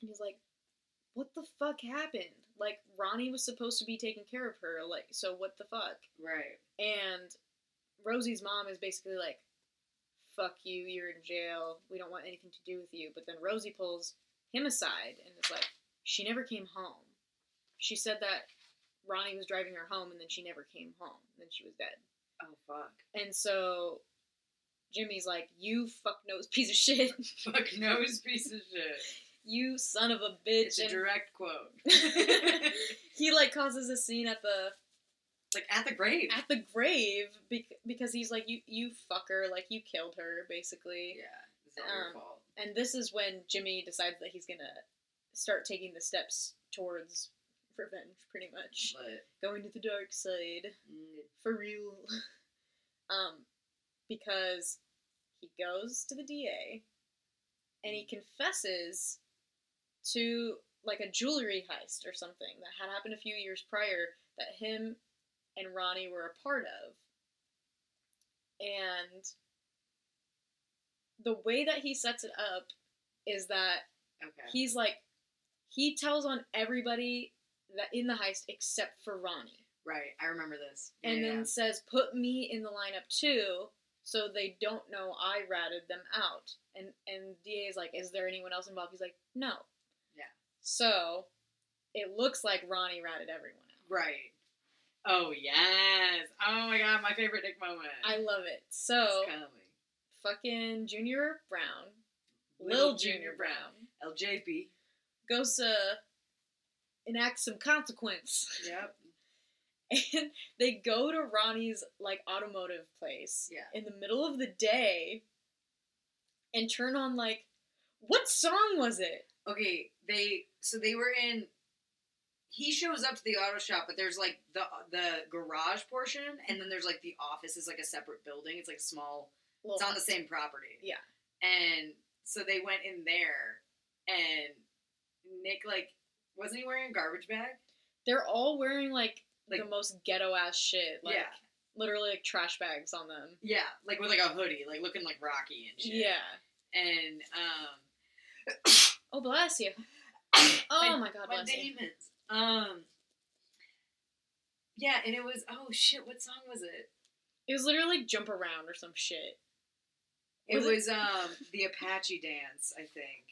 and he's like, "What the fuck happened? Like Ronnie was supposed to be taking care of her. Like, so what the fuck?"
Right.
And Rosie's mom is basically like, fuck you, you're in jail. We don't want anything to do with you. But then Rosie pulls him aside and is like, she never came home. She said that Ronnie was driving her home and then she never came home. Then she was dead.
Oh fuck.
And so Jimmy's like, you fuck nose piece of shit.
Fuck knows piece of shit.
you son of a bitch.
It's a
and
direct quote.
he like causes a scene at the
like at the grave.
at the grave bec- because he's like, you you fucker, like you killed her basically.
yeah. It's all your
Um,
fault.
and this is when Jimmy decides that he's gonna start taking the steps towards revenge, pretty much
But
going to the dark side
mm,
for real. um, because he goes to the DA and he confesses to like a jewelry heist or something that had happened a few years prior that him and Ronnie were a part of. And the way that he sets it up is that
okay.
he's like he tells on everybody that in the heist except for Ronnie
right. I remember this. Yeah,
and
yeah,
then says, "Put me in the lineup too, so they don't know I ratted them out." And and DA is like, "Is there anyone else involved?" He's like, "No."
Yeah.
So, it looks like Ronnie ratted everyone out.
yeah. right. Oh yes. Oh my god. My favorite Nick moment.
I love it.
It's
So,
coming.
fucking Junior Brown,
Little
Lil Junior
Junior
Brown,
LJB.
goes to enact some consequence.
Yep.
and they go to Ronnie's like automotive place
Yeah.
in the middle of the day and turn on like what song was it?
Okay, they so they were in. He shows up to the auto shop, but there's like the the garage portion, and then there's like the office is like a separate building. It's like a small.
Well,
It's on the same property.
Yeah.
And so they went in there, and Nick like wasn't he wearing a garbage bag?
they're all wearing like,
Like-
the most ghetto ass shit. Like
Yeah.
literally like trash bags on them.
Yeah, like with like a hoodie, like looking like Rocky and shit.
Yeah.
And um,
Oh, bless you. Oh my God,
my
bless you.
demons. Um, yeah, and it was oh shit. What song was it?
It was literally like, jump around or some shit.
It
Was
was,
it-
um the Apache dance, I think.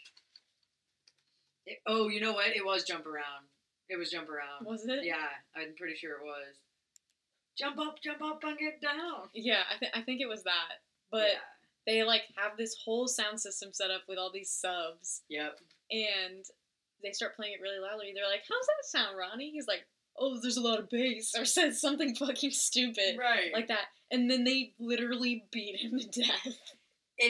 It- oh, you know what? It was jump around. It was jump around.
Was it?
Yeah, I'm pretty sure it was. Jump up, jump up, and get down.
Yeah, I, th- I think it was that. But they like have this whole sound system set up with all these subs,
yeah. yep.
and they start playing it really loudly. They're like, "How's that sound, Ronnie?" He's like, "Oh, there's a lot of bass," or says something fucking stupid
Right.
like that, and then they literally beat him to death.
and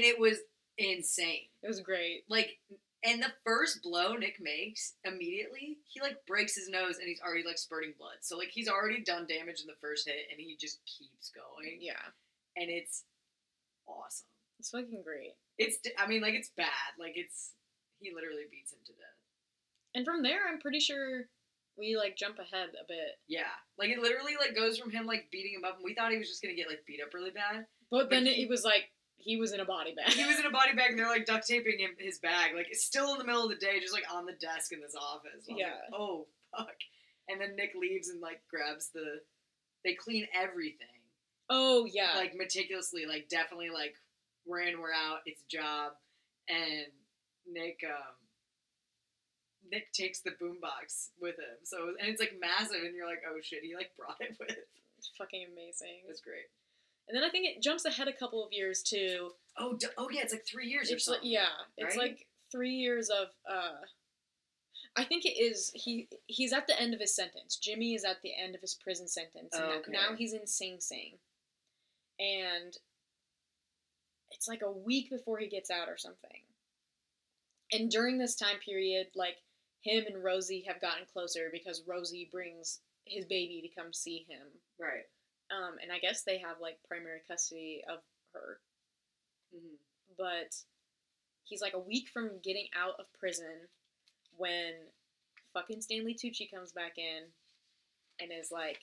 it was insane.
It was great.
Like, and the first blow Nick makes immediately, he like breaks his nose and he's already like spurting blood. So like he's already done damage in the first hit, and he just keeps going,
Yeah,
and it's awesome.
it's fucking great.
It's I mean like it's bad. Like it's he literally beats him to death.
And from there, I'm pretty sure we like jump ahead a bit,
Yeah, like it literally like goes from him like beating him up, and we thought he was just gonna get like beat up really bad.
but then
But
it was like he was in a body bag.
He was in a body bag, and they're like duct taping him his bag, like it's still in the middle of the day, just like on the desk in this office. I was like,
Yeah.
oh fuck! And then Nick leaves and like grabs the. They clean everything
oh yeah,
like meticulously, like definitely like we're in, we're out. It's a job, and Nick um. Nick takes the boombox with him, so and it's like massive, and you're like, oh shit, he like brought it with.
it's fucking amazing.
It's great.
And then I think it jumps ahead a couple of years to
Oh, d- oh yeah, it's like three years or
it's like
something.
yeah, it's
right?
like three years of uh, I think it is he he's at the end of his sentence. Jimmy is at the end of his prison sentence, and
Okay.
now he's in Sing Sing, and it's like a week before he gets out or something. And during this time period, like him and Rosie have gotten closer because Rosie brings his baby to come see him
Right.
um, and I guess they have like primary custody of her.
Mhm.
But he's like a week from getting out of prison when fucking Stanley Tucci comes back in and is like,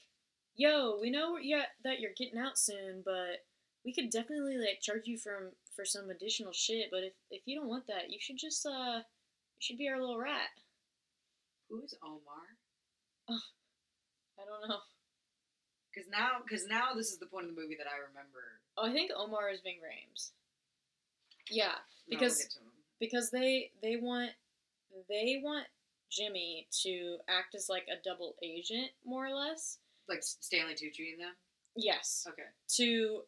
"Yo, we know yeah that you're getting out soon, but we could definitely like charge you from for some additional shit. But if if you don't want that, you should just uh, you should be our little rat.
Who's Omar?
I don't know.
Because now, because now this is the point of the movie that I remember.
Oh, I think Omar is Ving Rhames. Yeah,
No, we'll
Because-
get to him.
because they they want they want Jimmy to act as like a double agent more or less.
like S- Stanley Tucci and them.
Yes,
Okay.
to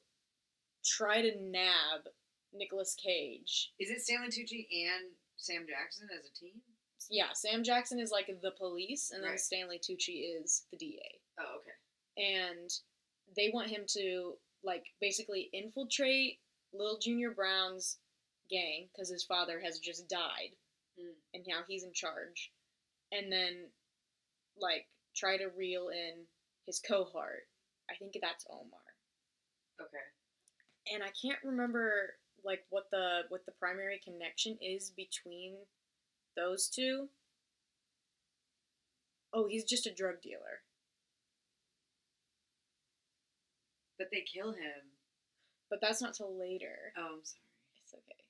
try to nab Nicolas Cage.
Is it Stanley Tucci and Sam Jackson as a team?
Yeah, Sam Jackson is like the police and then
Right.
Stanley Tucci is the DA.
Oh, okay.
And they want him to like basically infiltrate Lil Junior Brown's gang cuz his father has just died.
Mm.
and now he's in charge, and then like try to reel in his cohort. I think that's Omar,
Okay.
and I can't remember like what the what the primary connection is between those two. Oh, he's just a drug dealer.
But they kill him.
But that's not till later.
Oh, I'm sorry.
It's okay.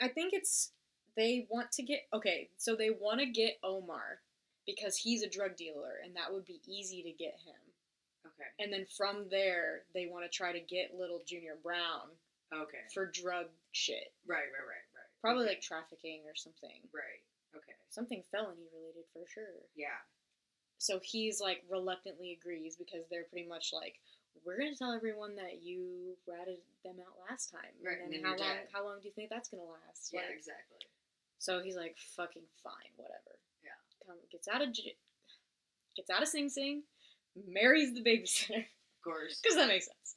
I think it's they want to get okay, so they want to get Omar because he's a drug dealer and that would be easy to get him.
Okay.
And then from there, they want to try to get little Junior Brown
Okay.
for drug shit.
Right. Right. Right. Right.
Probably
Okay.
like trafficking or something.
Right. Okay.
Something felony related for sure.
Yeah.
So he's like reluctantly agrees because they're pretty much like, we're gonna tell everyone that you ratted them out last time.
Right,
And
and
then
then
how
you're
long?
dead.
How long do you think that's gonna last?
Yeah.
Like,
Exactly.
So he's like, fucking fine, whatever.
Yeah.
Come, gets out of j- gets out of Sing Sing, marries the babysitter
Of course.
because that makes sense.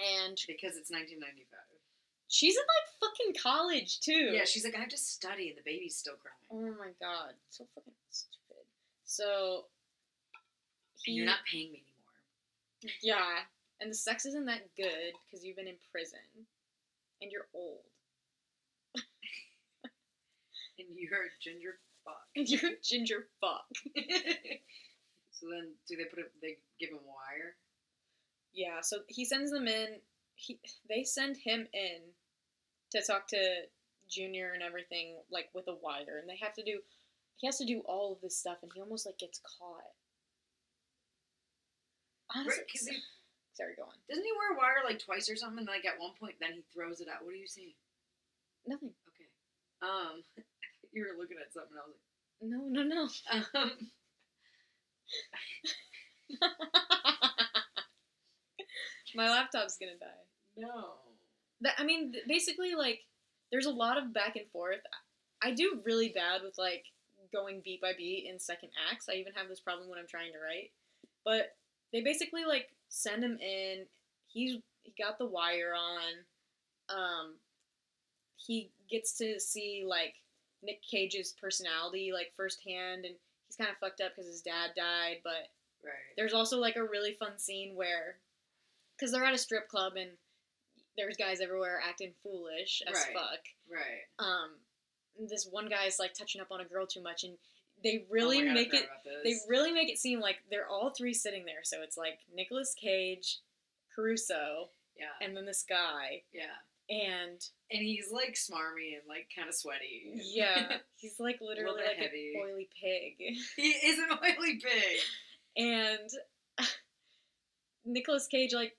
And
Because it's 1995.
she's in like fucking college too.
Yeah. She's like, I have to study, and the baby's still crying.
Oh my god, so fucking stupid. So.
And you're not paying me anymore.
Yeah, and the sex isn't that good because you've been in prison, and you're old,
And you're a ginger fuck.
and you're a ginger fuck.
so then, do they put it? They give him water.
yeah, so he sends them in. He they send him in to talk to Junior and everything, like with a wire, and they have to do. He has to do all of this stuff, and he almost like gets caught. Honestly,
Right, 'cause he-
sorry, go on.
Doesn't he wear a wire like twice or something? Like at one point, then he throws it out. What are you saying?
Nothing.
Okay. Um, you were looking at something. I was
No, no, no.
like, um,
My laptop's gonna die.
no.
that I mean, th- basically, like, there's a lot of back and forth. I- I do really bad with like going beat by beat in second acts. I even have this problem when I'm trying to write. But they basically like send him in. He's he got the wire on. Um, he gets to see like Nick Cage's personality like firsthand, and he's kind of fucked up because his dad died, but
Right.
there's also like a really fun scene where, because they're at a strip club and there's guys everywhere acting foolish as
Right.
fuck.
Right.
Um, this one guy's like touching up on a girl too much, and they
Oh my
really
God, I
make
forgot
it.
about
They
this.
really make it seem like they're all three sitting there. So it's like Nicolas Cage, Caruso,
yeah.
and then this guy,
Yeah.
and
And he's like smarmy and like kind of sweaty.
yeah, he's like
little
literally
bit
like
heavy.
an oily pig.
he is an oily pig.
and Nicolas Cage like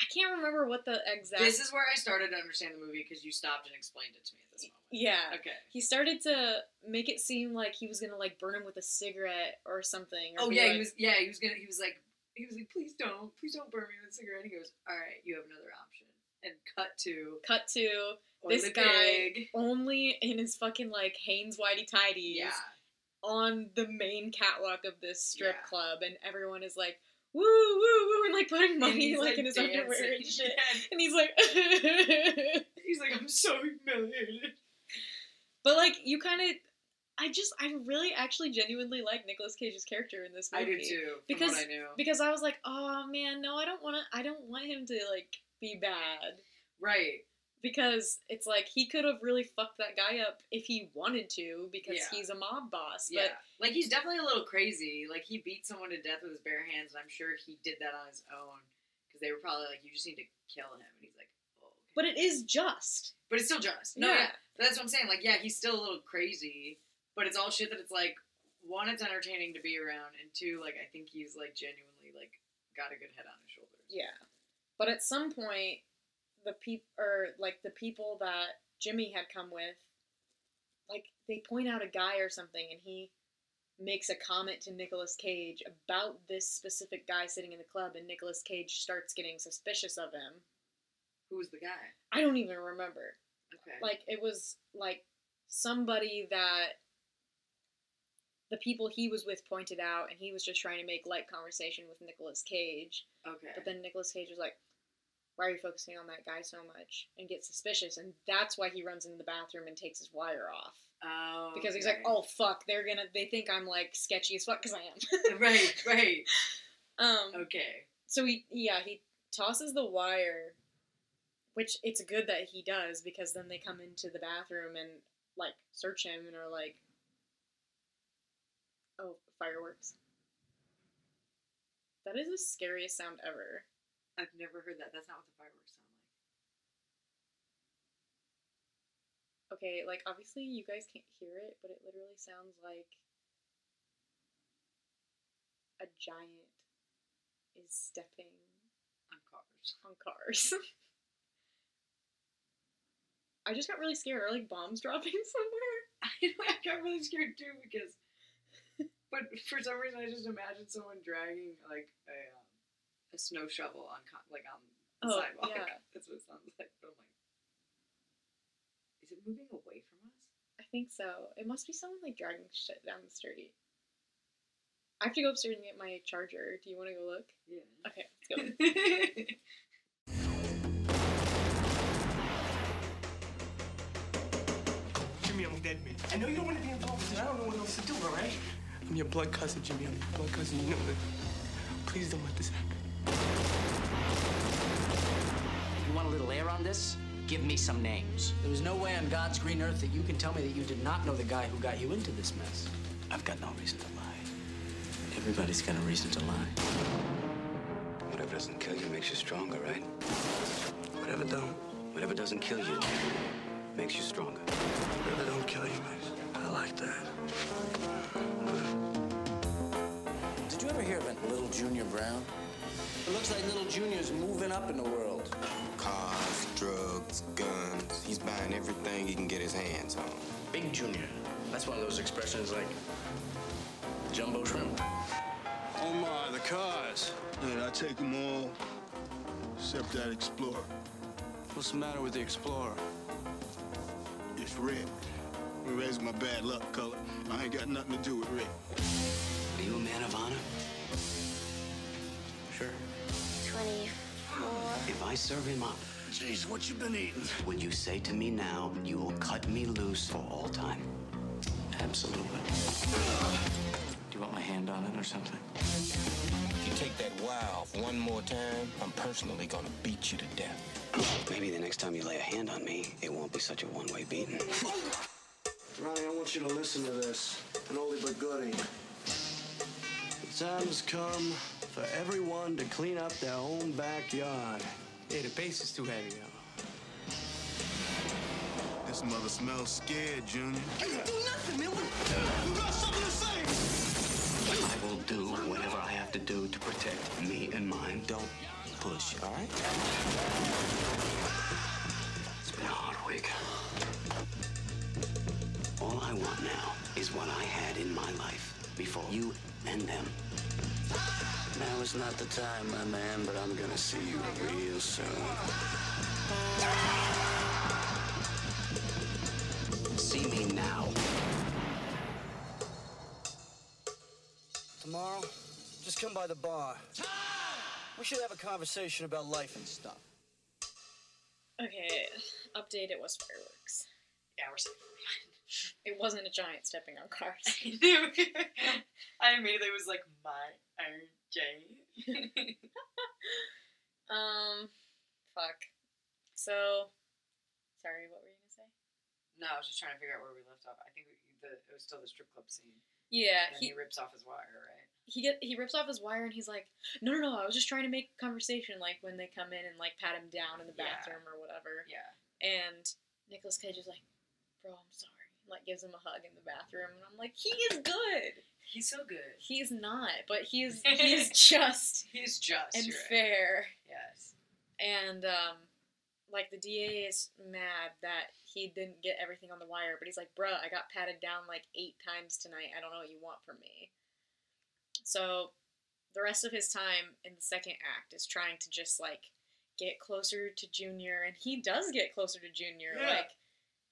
I can't remember what the exact
This is where I started to understand the movie because you stopped and explained it to me at this moment.
yeah
Okay.
he started to make it seem like he was gonna like burn him with a cigarette or something or
Oh
be
yeah,
like,
he was. Yeah, he was gonna. He was like, he was like, please don't, please don't burn me with a cigarette. And he goes, all right, you have another option. And cut to
cut to
oily
This guy-
pig.
only in his fucking like Hanes whitey tidies
Yeah.
on the main catwalk of this strip
Yeah.
club and everyone is like woo woo woo and like putting
And
money
he's,
like, in his
dancing.
underwear and shit
Yeah.
and he's like
He's like, I'm so humiliated.
But like you kind of, I just I really actually genuinely like Nicolas Cage's character in this
I
movie.
do too. Because
Because-
from what I knew.
Because I was like, oh man, no, I don't want to. I don't want him to like be bad
right.
because it's like he could have really fucked that guy up if he wanted to because
Yeah.
he's a mob boss.
Yeah. Like he's definitely a little crazy. Like he beat someone to death with his bare hands, and I'm sure he did that on his own because they were probably like, "You just need to kill him," and he's like, "Oh." okay."
But but it is just.
But it's still Jonas. No,
Yeah.
yeah. But that's what I'm saying. Like, yeah, he's still a little crazy, but it's all shit that it's like, one, it's entertaining to be around, and two, like, I think he's like genuinely like got a good head on his shoulders.
Yeah. But at some point, the peop or like the people that Jimmy had come with, like they point out a guy or something, and he makes a comment to Nicolas Cage about this specific guy sitting in the club, and Nicolas Cage starts getting suspicious of him.
Who was the guy?
I don't even remember.
Okay.
Like it was like somebody that the people he was with pointed out, and he was just trying to make light conversation with Nicolas Cage.
okay.
But then Nicolas Cage was like, "Why are you focusing on that guy so much?" and gets suspicious, and that's why he runs into the bathroom and takes his wire off
oh.
because he's like,
okay.
"Oh fuck, they're gonna they think I'm like sketchy as fuck because I
right, right.
am." um,
Okay.
so he yeah he tosses the wire, which it's good that he does because then they come into the bathroom and like search him and are like, "Oh fireworks." That is the scariest sound ever.
I've never heard that. That's not what the fireworks sound like.
okay, like obviously you guys can't hear it, but it literally sounds like a giant is stepping
On cars.
on cars. I just got really scared. Are like bombs dropping somewhere?
I know, I got really scared too because. But for some reason, I just imagined someone dragging like a um, a snow shovel on con- like on the
Oh,
sidewalk.
yeah.
That's what it sounds like. But I'm like, is it moving away from us?
I think so. It must be someone like dragging shit down the street. I have to go upstairs and get my charger. Do you want to go look?
Yeah.
Okay, let's go.
Jimmy, I'm a dead man. I know you don't want to be involved, and I don't know what else to do, all right? I'm your blood cousin, Jimmy. I'm your blood cousin. You know that. Please don't let this happen.
You want a little air on this? Give me some names. There is no way on God's green earth that you can tell me that you did not know the guy who got you into this mess.
I've got no reason to lie.
Everybody's got a reason to lie.
Whatever
Whatever doesn't kill you makes you stronger, right? Whatever don't. Whatever doesn't kill you makes you stronger. Whatever don't kill you makes. I like that.
Did you ever hear about Little Junior Brown? It looks like Little Junior's moving up in the world.
Cars, drugs, guns. He's buying everything he can get his hands on.
Big Junior. That's one of those expressions like jumbo shrimp.
Oh my, the cars. And I take them all except that Explorer. What's the matter with the Explorer? It's red. Red's my bad luck color. I ain't got nothing to do with red.
Are you a man of honor? Sure.
24.
If I serve him up. Jeez, what you been eating? When you say to me now, you will cut me loose for all time. Absolutely.
Do you want my hand on it or something?
If you take that wow one more time, I'm personally gonna beat you to death.
Maybe the next time you lay a hand on me, it won't be such a one-way beating.
Ronnie, I want you to listen to this. An oldie but goodie. The time has come for everyone to clean up their own backyard.
Hey, the bass is too heavy, yo.
This mother smells scared, Junior.
Nothing, man.
You got something to say?
I will do whatever I have to do to protect me and mine. Don't push, all right? It's been a hard week. All I want now is what I had in my life before you and them. Now is not the time, my man, but I'm gonna see you real soon. See me now.
Tomorrow, just come by the bar. We should have a conversation about life and stuff.
Okay, update. It was fireworks. Yeah, we're safe. It wasn't a giant stepping on cars.
I immediately was like, my RJ.
um, fuck. So, sorry. What were you gonna say?
no, I was just trying to figure out where we left off. I think we, the, it was still the strip club scene.
Yeah,
And
he-
Uh, he, rips off his wire, right?
He get he rips off his wire and he's like, no, no, no. I was just trying to make conversation. Like when they come in and like pat him down in the
Yeah.
bathroom or whatever.
Yeah.
And Nicolas Cage is like, bro, I'm sorry. Like gives him a hug in the bathroom, and I'm like, he is good.
He's so good.
He's not, but he is he is just
He's just
and
you're right.
fair.
Yes.
And um, like the DA is mad that he didn't get everything on the wire, but he's like, "Bruh, I got patted down like eight times tonight. I don't know what you want from me." So, the rest of his time in the second act is trying to just like get closer to Junior, and he does get closer to Junior.
Yeah.
Like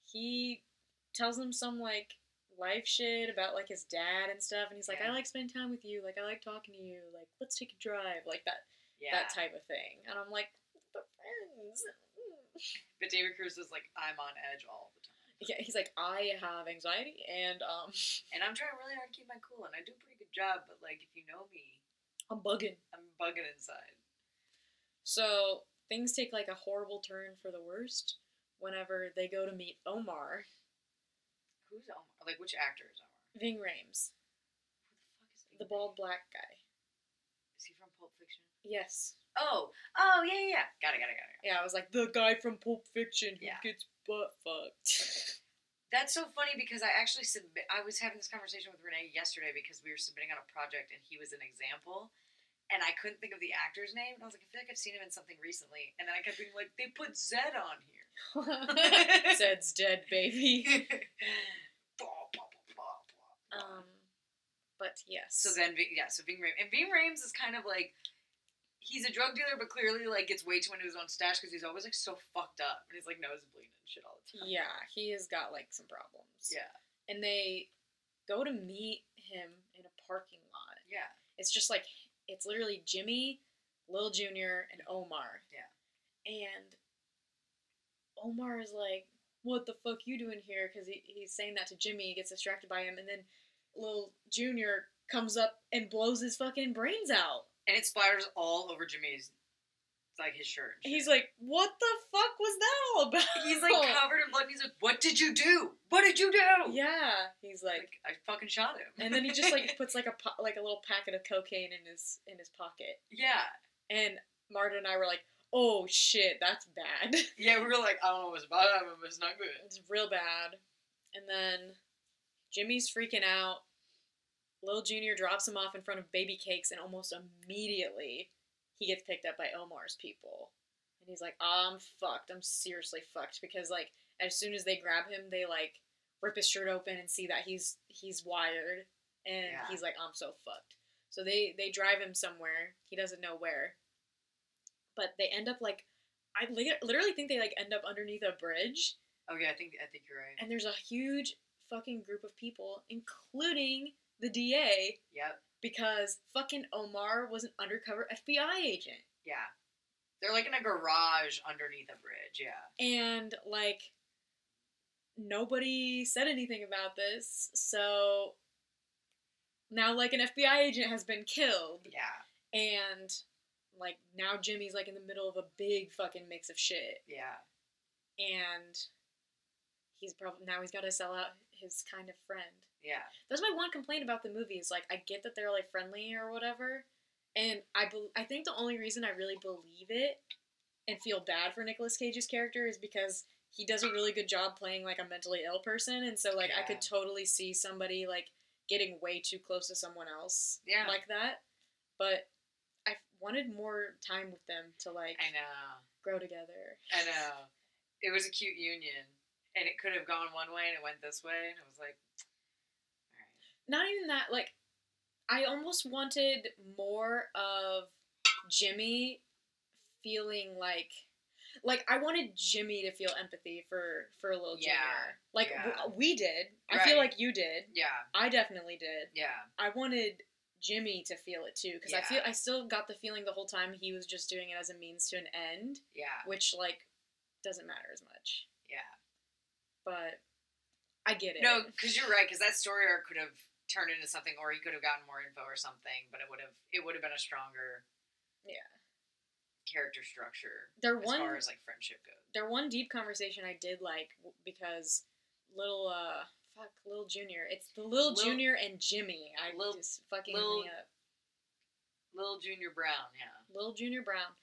he tells him some like life shit about like his dad and stuff, and he's like, "I
Yeah.
like spending time with you. Like I like talking to you. Like let's take a drive. Like that."
Yeah.
that type of thing. And I'm like, but friends.
But David Cruz was like, I'm on edge all the time.
Yeah, he's like, I have anxiety, and um,
And I'm trying really hard to keep my cool, and I do a pretty good job, but like, if you know me,
I'm bugging.
I'm bugging inside.
So things take like a horrible turn for the worst whenever they go to meet Omar
Who's Omar? Like, which actor is Omar?
Ving Rames, the bald black guy.
Is he from Pulp Fiction?
Yes.
Oh, oh, yeah, yeah, yeah. Got it, got it, got it.
Yeah, I was like the guy from Pulp Fiction who
Yeah.
gets butt fucked.
That's so funny because I actually submit. I was having this conversation with Renee yesterday because we were submitting on a project and he was an example, and I couldn't think of the actor's name. And I was like, I feel like I've seen him in something recently. And then I kept being like, they put Zed on here.
Zed's dead, baby.
Blah, blah, blah, blah, blah.
Um, but yes.
So then, Vi- yeah, so Ving Rhames and Ving Rhames is kind of like. He's a drug dealer, but clearly, like, gets way too into his own stash because he's always like so fucked up, and he's like nose bleeding and shit all the time.
Yeah, he has got like some problems.
Yeah.
And they go to meet him in a parking lot.
Yeah.
It's just like it's literally Jimmy, Lil Junior, and Omar.
Yeah.
And Omar is like, "What the fuck you doing here?" Because he, he's saying that to Jimmy. He gets distracted by him, and then Lil Junior comes up and blows his fucking brains out.
And it splatters all over Jimmy's, like his shirt. and shit.
He's like, "What the fuck was that all about?"
He's like covered in blood. And he's like, "What did you do? What did you do?"
Oh. Yeah. He's like,
I fucking shot him.
and then he just like puts like a po- like a little packet of cocaine in his in his pocket
yeah,
and Marta and I were like, oh shit, that's bad.
Yeah, we were like, I don't know what's bad, I don't know what's not good.
It's real bad. And then Jimmy's freaking out. Lil Jr. drops him off in front of baby cakes, and almost immediately he gets picked up by Omar's people. And he's like, I'm fucked. I'm seriously fucked. Because, like, as soon as they grab him, they, like, rip his shirt open and see that he's he's wired. And
Yeah.
he's like, I'm so fucked. So they, they drive him somewhere. He doesn't know where. But they end up, like, I li- literally think they, like, end up underneath a bridge.
Oh yeah, I think I think you're right.
And there's a huge fucking group of people, including the DA,
Yep.
because fucking Omar was an undercover FBI agent.
Yeah. They're like in a garage underneath a bridge. Yeah.
And, like, nobody said anything about this, so now, like, an FBI agent has been killed.
Yeah.
And, like, now Jimmy's, like, in the middle of a big fucking mix of shit.
Yeah.
And he's probably, now he's gotta sell out his kind of friend.
Yeah.
That's my one complaint about the movie is like I get that they're like friendly or whatever, and I bel I think the only reason I really believe it and feel bad for Nicolas Cage's character is because he does a really good job playing like a mentally ill person, and so like I
Yeah.
could totally see somebody like getting way too close to someone else
Yeah.
like that, but I wanted more time with them to like
I know.
grow together.
I know. It was a cute union, and it could have gone one way, and it went this way, and it was like,
not even that like i almost wanted more of jimmy feeling like like i wanted jimmy to feel empathy for for little junior
Yeah,
like
yeah.
w- we did i feel
Right.
like you did
yeah,
i definitely did
yeah,
i wanted jimmy to feel it too because i
Yeah.
feel i still got the feeling the whole time he was just doing it as a means to an end
yeah,
which like doesn't matter as much
yeah.
but i get it
No, because you're right. Because that story arc could have turned into something, or he could have gotten more info or something, but it would have it would have been a stronger,
Yeah.
character structure.
Their
as
one-
far as like friendship goes.
their one deep conversation I did like w- because little uh fuck little junior it's the little
Lil-
junior and Jimmy I
Lil-
just fucking
Lil-
me up
Little Junior Brown, yeah,
little junior Brown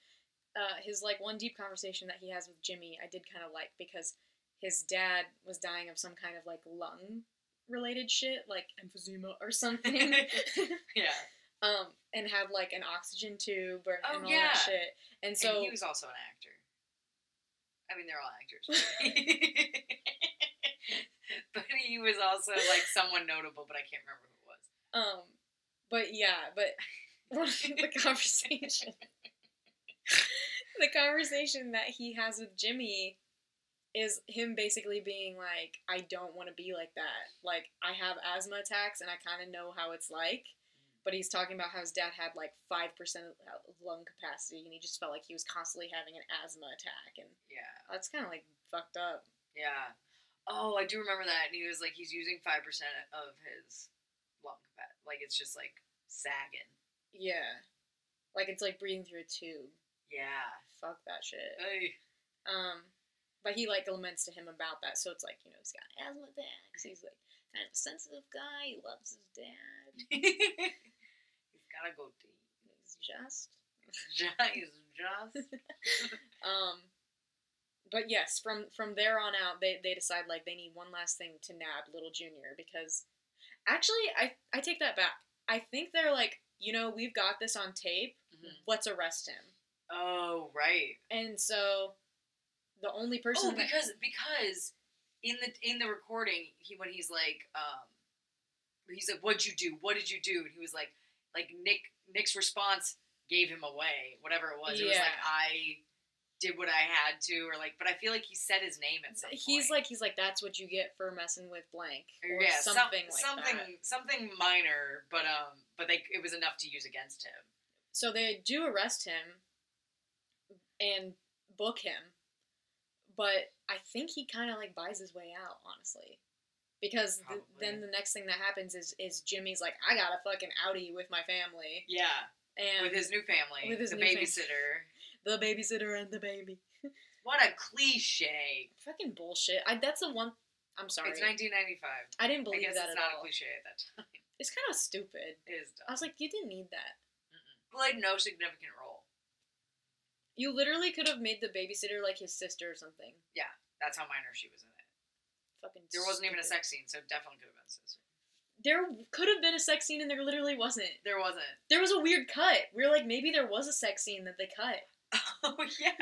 uh his like one deep conversation that he has with Jimmy I did kind of like because his dad was dying of some kind of like lung related shit like emphysema or something
yeah.
um and had like an oxygen tube or
Oh,
and all
yeah.
that shit and so
and he was also an actor. I mean, they're all actors, but- but he was also like someone notable, but I can't remember who it was.
Um, but yeah, but the conversation, the conversation that he has with Jimmy is him basically being like, I don't want to be like that. Like, I have asthma attacks and I kind of know how it's like. But he's talking about how his dad had like 5% of of lung capacity and he just felt like he was constantly having an asthma attack. And
Yeah,
that's kind of like fucked up.
yeah. Oh, I do remember that. And he was like, he's using five percent of his lung fat. Like it's just like sagging.
Yeah. Like, it's like breathing through a tube.
Yeah.
Fuck that shit.
Hey.
Um, but he like laments to him about that, so it's like you know he's got asthma attacks. He's like kind of a sensitive guy. He loves his dad.
he's gotta go deep.
He's just.
He's just.
Um, but yes, from from there on out, they they decide like they need one last thing to nab little Junior because actually I I take that back. I think they're like you know we've got this on tape.
Mhm.
Let's arrest him.
Oh right.
And so the only person
Oh,
that-
because because in the in the recording, he when he's like, um, he's like, "What'd you do? What did you do?" And he was like, like Nick Nick's response gave him away, whatever it was. It was like
Yeah.
I did what I had to, or like, but I feel like he said his name at some.
he's
point.
like he's like that's what you get for messing with blank or
yeah, some-
something like
something
that.
something minor, but um, but they it was enough to use against him.
So they do arrest him and book him, but I think he kind of like buys his way out, honestly, because th-
Probably.
then the next thing that happens is is Jimmy's like, I got a fucking outie with my family
Yeah,
and
with his new family,
with his
the
new fam-
babysitter.
the babysitter and the baby.
What a cliche!
Fucking bullshit. I, that's the one. I'm sorry.
It's 1995.
I didn't
I
believe
guess
that
it's
at
not
all.
a cliche at that time.
It's kind of stupid.
It is
I
dumb.
was like, you didn't need that.
Played no significant role.
You literally could have made the babysitter like his sister or something.
Yeah, that's how minor she was in it.
Fucking.
There wasn't even a
stupid.
sex scene, so it definitely could have been sister.
There could have been a sex scene, and there literally wasn't.
There wasn't.
There was a weird cut. We were like, maybe there was a sex scene that they cut.
Oh yeah.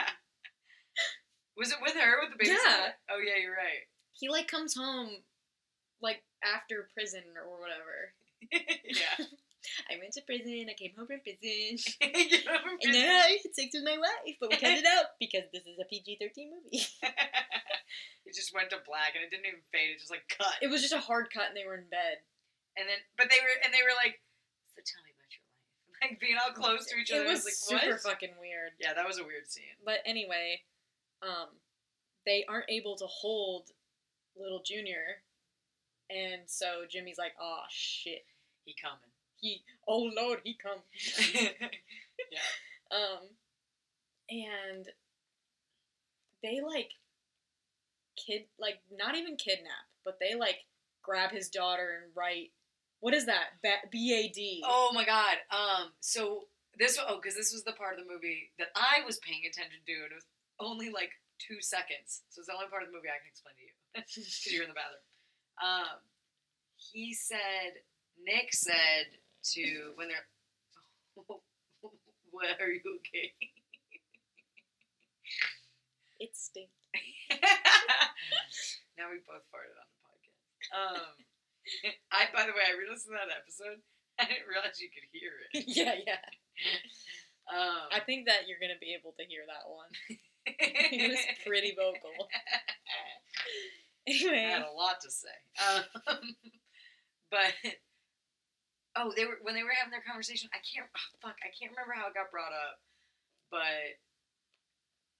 Was it with her with the baby?
Yeah.
Oh yeah, you're right.
He like comes home, like after prison or whatever.
yeah.
I went to prison. I came home from prison.
You know what I'm
And then I had sex with my wife, but we cut it out because this is a PG thirteen movie.
it just went to black and it didn't even fade. It just like cut.
It was just a hard cut, and they were in bed.
And then, but they were and they were like, so tell me about your life. Like being all close to each
It
other.
was,
like,
super
what?
fucking weird.
Yeah, that was a weird scene.
But anyway, um, they aren't able to hold little Junior, and so Jimmy's like, "Oh shit,
He coming.
he, oh lord, he come."
Yeah.
Um, and they like kid, like not even kidnap, but they like grab his daughter and write. What is that? B A D.
Oh my god. Um. So this. Oh, because this was the part of the movie that I was paying attention to, and it was only like two seconds. So it's the only part of the movie I can explain to you because you're in the bathroom. Um. He said. Nick said to when they're. what are you okay?
It stinks.
now we both farted on the podcast. Um. I by the way, I re-listened to that episode. I didn't realize you could hear it.
yeah, yeah.
Um,
I think that you're gonna be able to hear that one. he was pretty vocal. Anyway.
I had a lot to say. Um, but oh, they were when they were having their conversation. I can't oh, fuck. I can't remember how it got brought up, but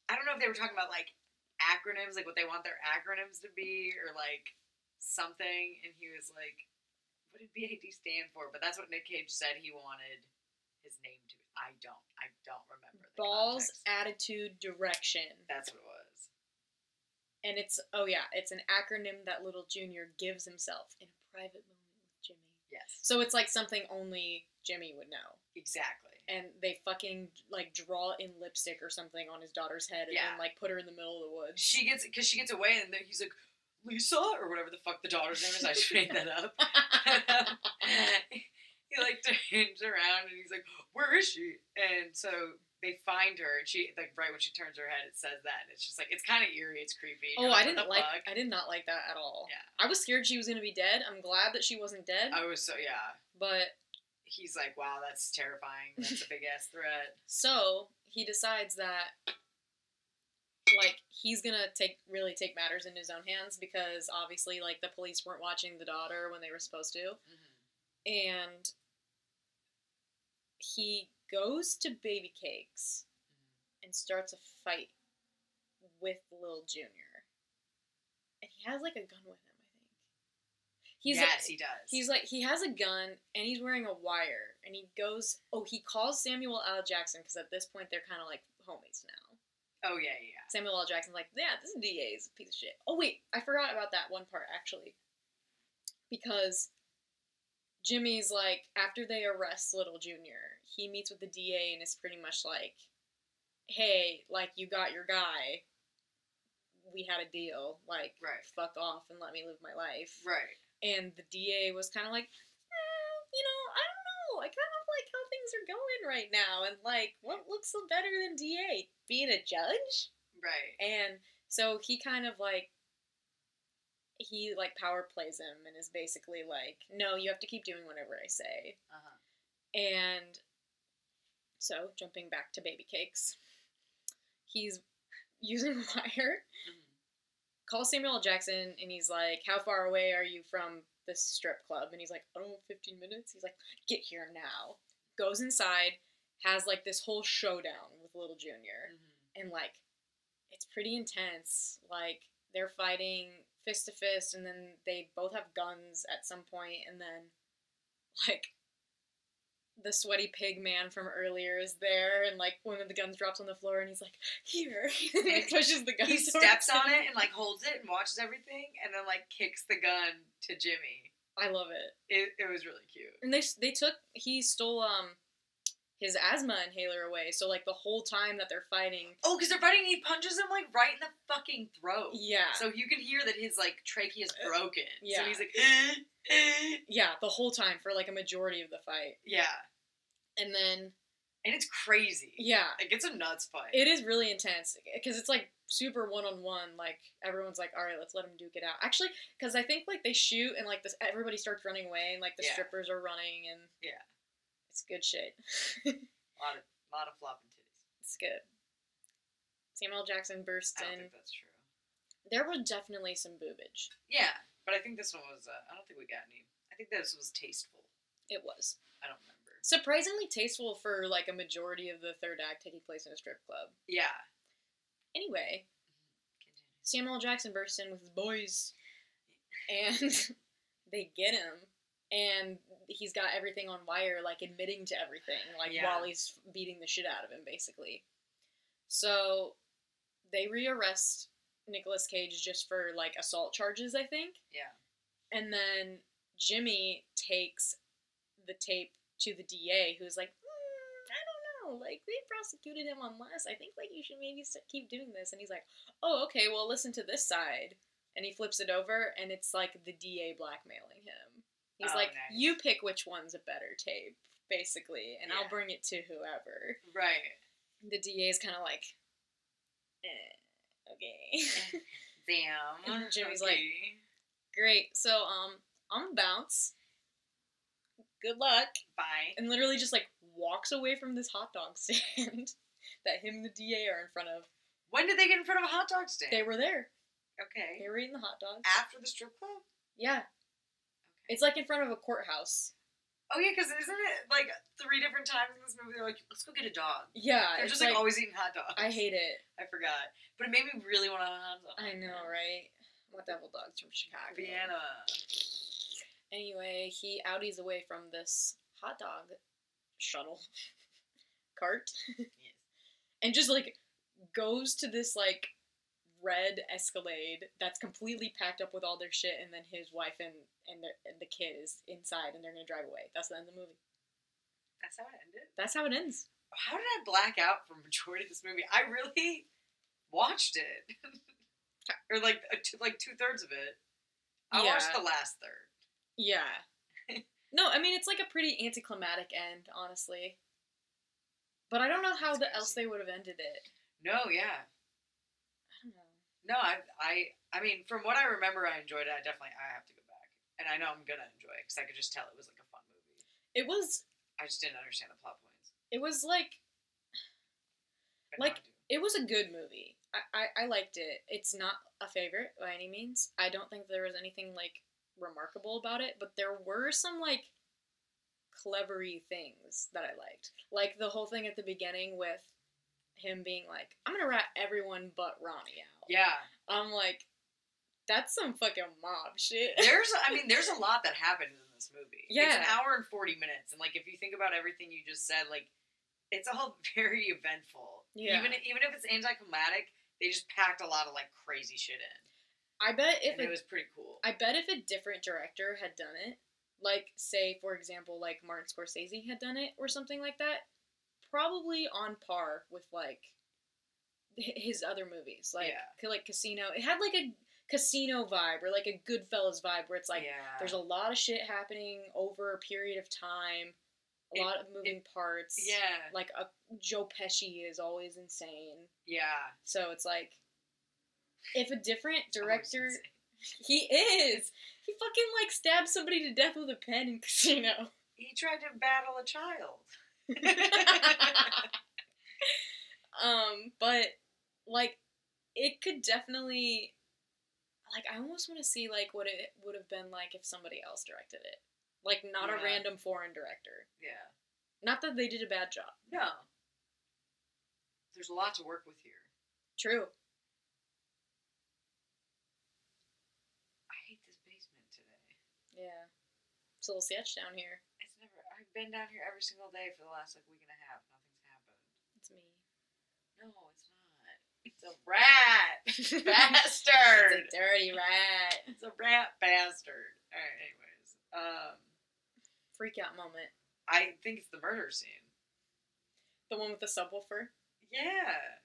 I don't know if they were talking about like acronyms, like what they want their acronyms to be, or like something. And he was like, "What did BAD stand for?" But that's what Nick Cage said he wanted his name to. be. I don't. I don't remember. The
Balls,
context.
attitude, direction.
That's what it was.
And it's oh yeah, it's an acronym that little junior gives himself in a private moment with Jimmy.
Yes.
So it's like something only Jimmy would know.
Exactly.
And they fucking like draw in lipstick or something on his daughter's head and
Yeah.
then like put her in the middle of the woods.
she gets because she gets away, and then he's like, Lisa or whatever the fuck the daughter's name is. I just made that up. he like turns around and he's like, "Where is she?" And so they find her, and she like right when she turns her head, it says that, and it's just like it's kind of eerie, it's creepy.
Oh,
You're
I
what
didn't
the
like.
fuck?
I did not like that at all.
Yeah.
I was scared she was gonna be dead. I'm glad that she wasn't dead.
I was so yeah.
But
He's like, "Wow, that's terrifying. That's a big ass threat."
So he decides that, like, he's gonna take really take matters into his own hands because obviously, like, the police weren't watching the daughter when they were supposed to, and he goes to Baby Cakes and starts a fight with Lil Junior, and he has like a gun with him. I think he's
yes,
like,
he does.
He's like he has a gun and he's wearing a wire and he goes oh he calls Samuel L. Jackson because at this point they're kind of like homies now.
oh yeah, yeah. yeah.
Samuel L. Jackson's like yeah this DA is a piece of shit. Oh wait I forgot about that one part actually because Jimmy's like after they arrest Little Junior he meets with the DA and is pretty much like hey like you got your guy we had a deal like
Right.
fuck off and let me live my life
Right.
and the DA was kind of like, "Eh, you know, I don't know. I kind of like how things are going right now, and like what looks better than DA being a judge.
Right.
And so he kind of like he like power plays him and is basically like, no, you have to keep doing whatever I say.
Uh-huh.
And so, jumping back to baby cakes, he's using wire. Calls Samuel L. Jackson and he's like, How far away are you from this strip club? And he's like, I don't know, 15 minutes. He's like, Get here now. Goes inside, has like this whole showdown with Little Junior.
Mm-hmm.
And like, it's pretty intense. Like, they're fighting fist to fist and then they both have guns at some point and then like the sweaty pig man from earlier is there, and like one of the guns drops on the floor, and he's like, "Here," and he pushes the gun.
He
towards
steps on
him.
it and like holds it and watches everything, and then like kicks the gun to Jimmy.
I love it.
It, it was really cute.
And they they took he stole um his asthma inhaler away. So like the whole time that they're fighting,
Oh, because they're fighting. He punches him like right in the fucking throat.
Yeah. Uh,
So you can hear that his like trachea is broken.
yeah.
So he's like,
yeah, the whole time for like a majority of the fight.
yeah,
And then
and it's crazy.
yeah,
Like it's a nuts fight.
It is really intense because it's like super one on one. Like everyone's like, "All right, let's let him duke it out." Actually, because I think like they shoot and like this, everybody starts running away and like the
Yeah.
strippers are running and
Yeah.
it's good shit.
A lot of lot of flopping titties.
It's good. Samuel L. Jackson bursts
I don't
in.
think that's true.
There were definitely some boobage.
Yeah, but I think this one was. Uh, I don't think we got any. I think this was tasteful.
It was
I don't remember.
surprisingly tasteful for like a majority of the third act taking place in a strip club.
Yeah.
Anyway,
Mm-hmm.
Samuel L. Jackson bursts in with his boys, and they get him, and he's got everything on wire, like admitting to everything, like
Yeah.
while he's beating the shit out of him, basically. So they rearrest Nicolas Cage just for like assault charges, I think,
Yeah.
and then Jimmy takes the tape to the DA, who's like, "Hmm, I don't know, like they prosecuted him on less. I think like you should maybe s- keep doing this. And he's like, oh, okay, well listen to this side. And he flips it over, and it's like the DA blackmailing him. He's
Oh,
like,
nice.
you pick which one's a better tape, basically, and
Yeah.
I'll bring it to whoever.
Right.
The DA is kind of like, eh, okay.
Damn.
And Jimmy's like, Great. So um, I'm gonna bounce. Good luck.
Bye.
And literally just like walks away from this hot dog stand that him and the DA are in front of.
When did they get in front of a hot dog stand?
They were there.
okay.
They were eating the hot dogs.
after the strip club.
Yeah. It's like in front of a courthouse.
Oh yeah, because isn't it like three different times in this movie they're like, let's go get a dog.
Yeah.
They're
it's
just like, always eating hot dogs.
I hate it.
I forgot, but it made me really want to have a hot dog.
I know, right? What devil dogs from Chicago?
Vienna.
Anyway, he outies away from this hot dog shuttle cart. And just like goes to this like red Escalade that's completely packed up with all their shit, and then his wife and and, their, and the kid is inside, and they're gonna drive away. That's the end of the movie.
That's how it ended.
That's how it ends.
How did I black out for majority of this movie? I really watched it, or like a two, like two thirds of it. I watched
Yeah.
the last third.
Yeah. no, I mean it's like a pretty anticlimactic end, honestly. But I don't know how the else they would have ended it.
No, yeah,
I don't know.
no. I I I mean, from what I remember, I enjoyed it. I definitely I have to go back, and I know I'm gonna enjoy it because I could just tell it was like a fun movie.
It was
I just didn't understand the plot points.
it was like
But now
like
I do.
it was a good movie. I, I, I liked it. It's not a favorite by any means. I don't think there was anything like remarkable about it, but there were some like clevery things that I liked. Like the whole thing at the beginning with him being like, I'm gonna rat everyone but Ronnie out.
yeah.
I'm like, that's some fucking mob shit.
There's, I mean, there's a lot that happens in this movie. it's an
Yeah.
hour and forty minutes, and like if you think about everything you just said, like it's all very eventful.
Yeah.
Even even if it's anticlimactic, they just packed a lot of like crazy shit in,
I bet if
and it
a-
was pretty cool.
I bet if a different director had done it, like say for example, like Martin Scorsese had done it or something like that, probably on par with like hi- his other movies, like
Yeah.
ca- like Casino. It had like a Casino vibe or like a Goodfellas vibe, where it's like
yeah.
there's a lot of shit happening over a period of time, a
It-
lot of moving parts.
yeah,
like a Joe Pesci is always insane.
yeah.
So it's like, if a different
Always
director,
insane.
he is. He fucking like stabbed somebody to death with a pen in Casino.
He tried to battle a child.
um, but like, it could definitely, like, I almost want to see like what it would have been like if somebody else directed it, like not
Yeah.
a random foreign director.
Yeah.
Not that they did a bad job.
No. There's a lot to work with here.
True.
I hate this basement today.
Yeah. It's a little sketch down here.
It's never. I've been down here every single day for the last like week and a half. Nothing's happened.
It's me.
No, it's not. It's a rat bastard.
It's a dirty rat.
It's a rat bastard. All right. Anyways, um,
freak out moment.
I think it's the murder scene.
The one with the subwoofer?
Yeah.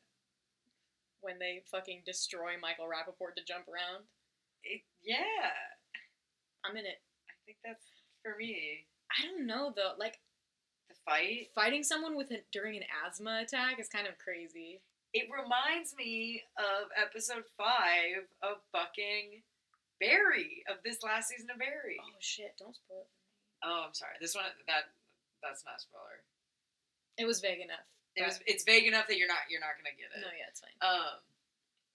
When they fucking destroy Michael Rappaport to jump around?
It, yeah.
I'm in it.
I think that's for me.
I don't know though. Like
The fight.
fighting someone with a, during an asthma attack is kind of crazy.
It reminds me of episode five of fucking Barry of this last season of Barry.
Oh shit! Don't spoil it.
Oh, I'm sorry. This one that that's not a spoiler.
It was vague enough.
It was it's vague enough that you're not you're not gonna get it.
No, yeah, it's fine.
Um,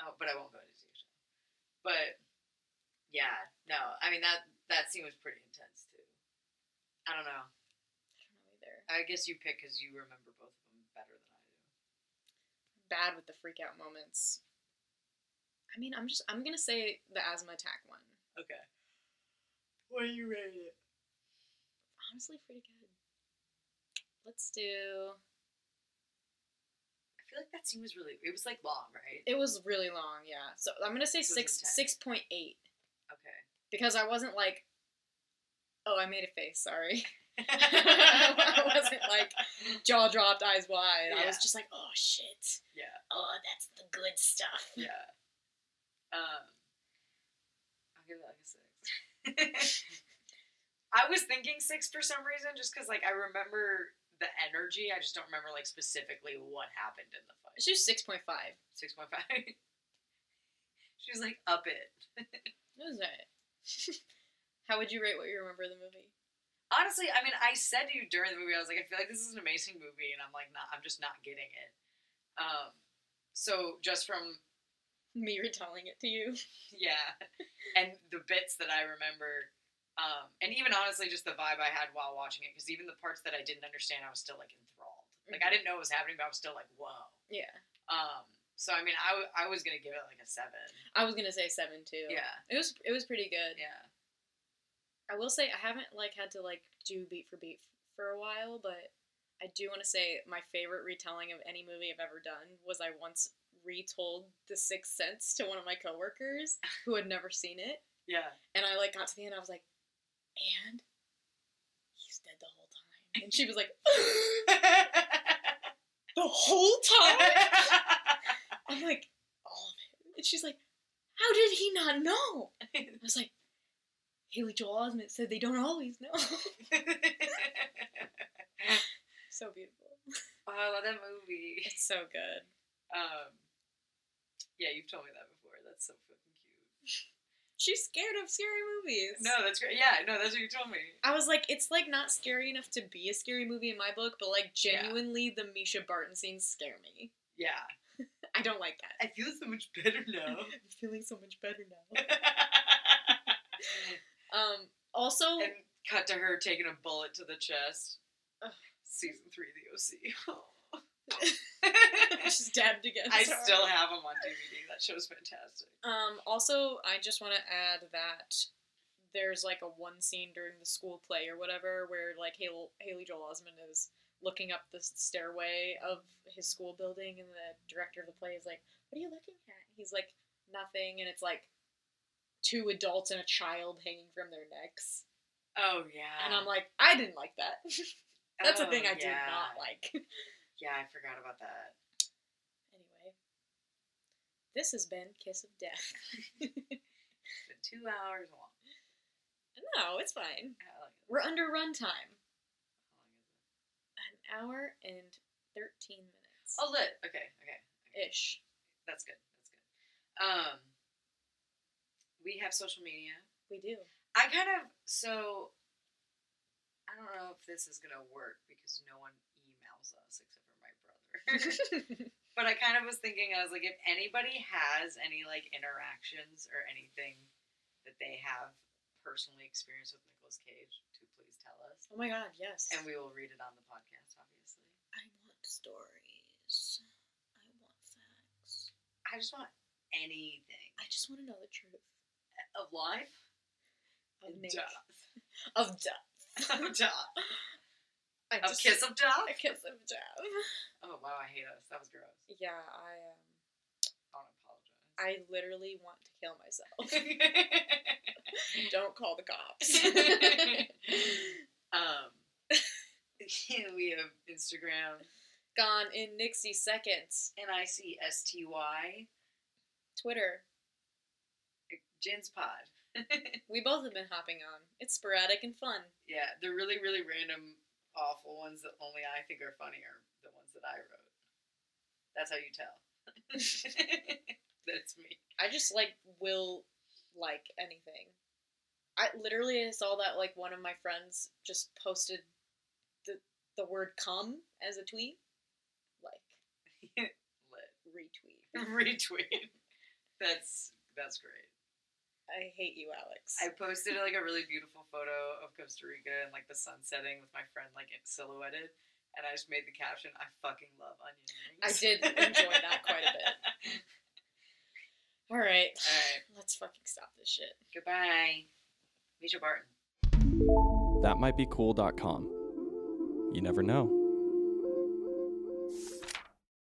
oh, but I won't go into detail. But yeah, no, I mean that that scene was pretty intense too. I don't know. I guess you pick because you remember both of them better than I do.
Bad with the freak out moments. I mean, I'm just I'm gonna say the asthma attack one.
Okay. What do you rate it?
Honestly, pretty good. Let's do.
I feel like that scene was really. It was like long, right?
It was really long, yeah. So I'm gonna say
It was
six
intense.
six point eight
Okay.
because I wasn't like, oh, I made a face. Sorry, I wasn't like jaw dropped, eyes wide. I was
Yeah.
just like, oh shit,
Yeah.
oh that's the good stuff.
Yeah. Um. I'll give it like a six. I was thinking six for some reason, just because like I remember the energy. I just don't remember like specifically what happened in the fight.
It's just six point five.
Six point five. she was like up it.
That was alright. How would you rate what you remember of the movie?
Honestly, I mean, I said to you during the movie, I was like, I feel like this is an amazing movie, and I'm like, not, I'm just not getting it. Um, so just from
Me retelling it to you.
yeah, and the bits that I remember, um, and even honestly, just the vibe I had while watching it, because even the parts that I didn't understand, I was still like enthralled. Like I didn't know what was happening, but I was still like, whoa.
Yeah.
Um, so I mean, I, w- I was gonna give it like a seven.
I was gonna say seven too.
Yeah.
It was it was pretty good.
Yeah.
I will say I haven't like had to like do beat for beat f- for a while, but I do want to say my favorite retelling of any movie I've ever done was I once retold The Sixth Sense to one of my coworkers who had never seen it,
Yeah.
and I like got to the end, I was like, and he's dead the whole time, and she was like, the whole time. I'm like, all of it. And she's like, how did he not know? I was like, Haley Joel Osment said they don't always know. so beautiful.
Oh, I love that movie.
It's so good.
Um, yeah, you've told me that before. That's so fucking cute.
She's scared of scary movies.
No, that's great. Yeah, no, that's what you told me.
I was like, it's like not scary enough to be a scary movie in my book, but like genuinely, the Misha Barton scenes scare me.
Yeah.
I don't like that.
I feel so much better now.
I'm feeling so much better now. um. Also,
and cut to her taking a bullet to the chest. Season three, the OC.
she's dabbed against.
I
her.
still have them on DVD. That show's fantastic.
Um, also, I just want to add that there's like a one scene during the school play or whatever where like Hal- Haley Joel Osment is looking up the stairway of his school building, and the director of the play is like, "What are you looking at?" He's like, "Nothing," and it's like two adults and a child hanging from their necks,
Oh yeah.
and I'm like, "I didn't like that." That's a
Oh,
thing I did
yeah.
not like.
Yeah, I forgot about that.
anyway, this has been Kiss of Death.
It's been two hours long.
no, it's fine.
I like it.
We're under runtime. An hour and 13 minutes.
Oh lit. Okay, okay.
Ish.
That's good. That's good. Um we have social media.
We do.
I kind of so I don't know if this is gonna work because no one emails us except for my brother. but I kind of was thinking I was like, if anybody has any like interactions or anything that they have personally experienced with Nicolas Cage, to please tell us,
Oh my god, yes.
and we will read it on the podcast. Obviously,
I want stories. I want facts.
I just want anything
I just want to know the truth.
of life.
Of
and
Nick.
death.
Of death.
Of death.
I
Of kiss of death.
A kiss of death.
Oh wow, I hate us. That was gross.
Yeah, I um,
I don't apologize.
I literally want to kill myself.
um,
Don't call the cops.
we have Um, Instagram,
gone in Nixie seconds.
N I C S T Y.
Twitter.
Jen's Pod.
we both have been hopping on. It's sporadic and fun.
Yeah, the really, really random, awful ones that only I think are funny are the ones that I wrote. That's how you tell. That's me.
I just like will like anything. I literally I saw that like one of my friends just posted the the word "come" as a tweet, like retweet.
Retweet. That's that's great.
I hate you, Alex.
I posted like a really beautiful photo of Costa Rica and like the sun setting with my friend like it silhouetted, and I just made the caption, "I fucking love onion rings."
I did enjoy that quite a bit. All right.
All right.
Let's fucking stop this shit.
Goodbye, Misha Barton.
That might be cool.com. You never know.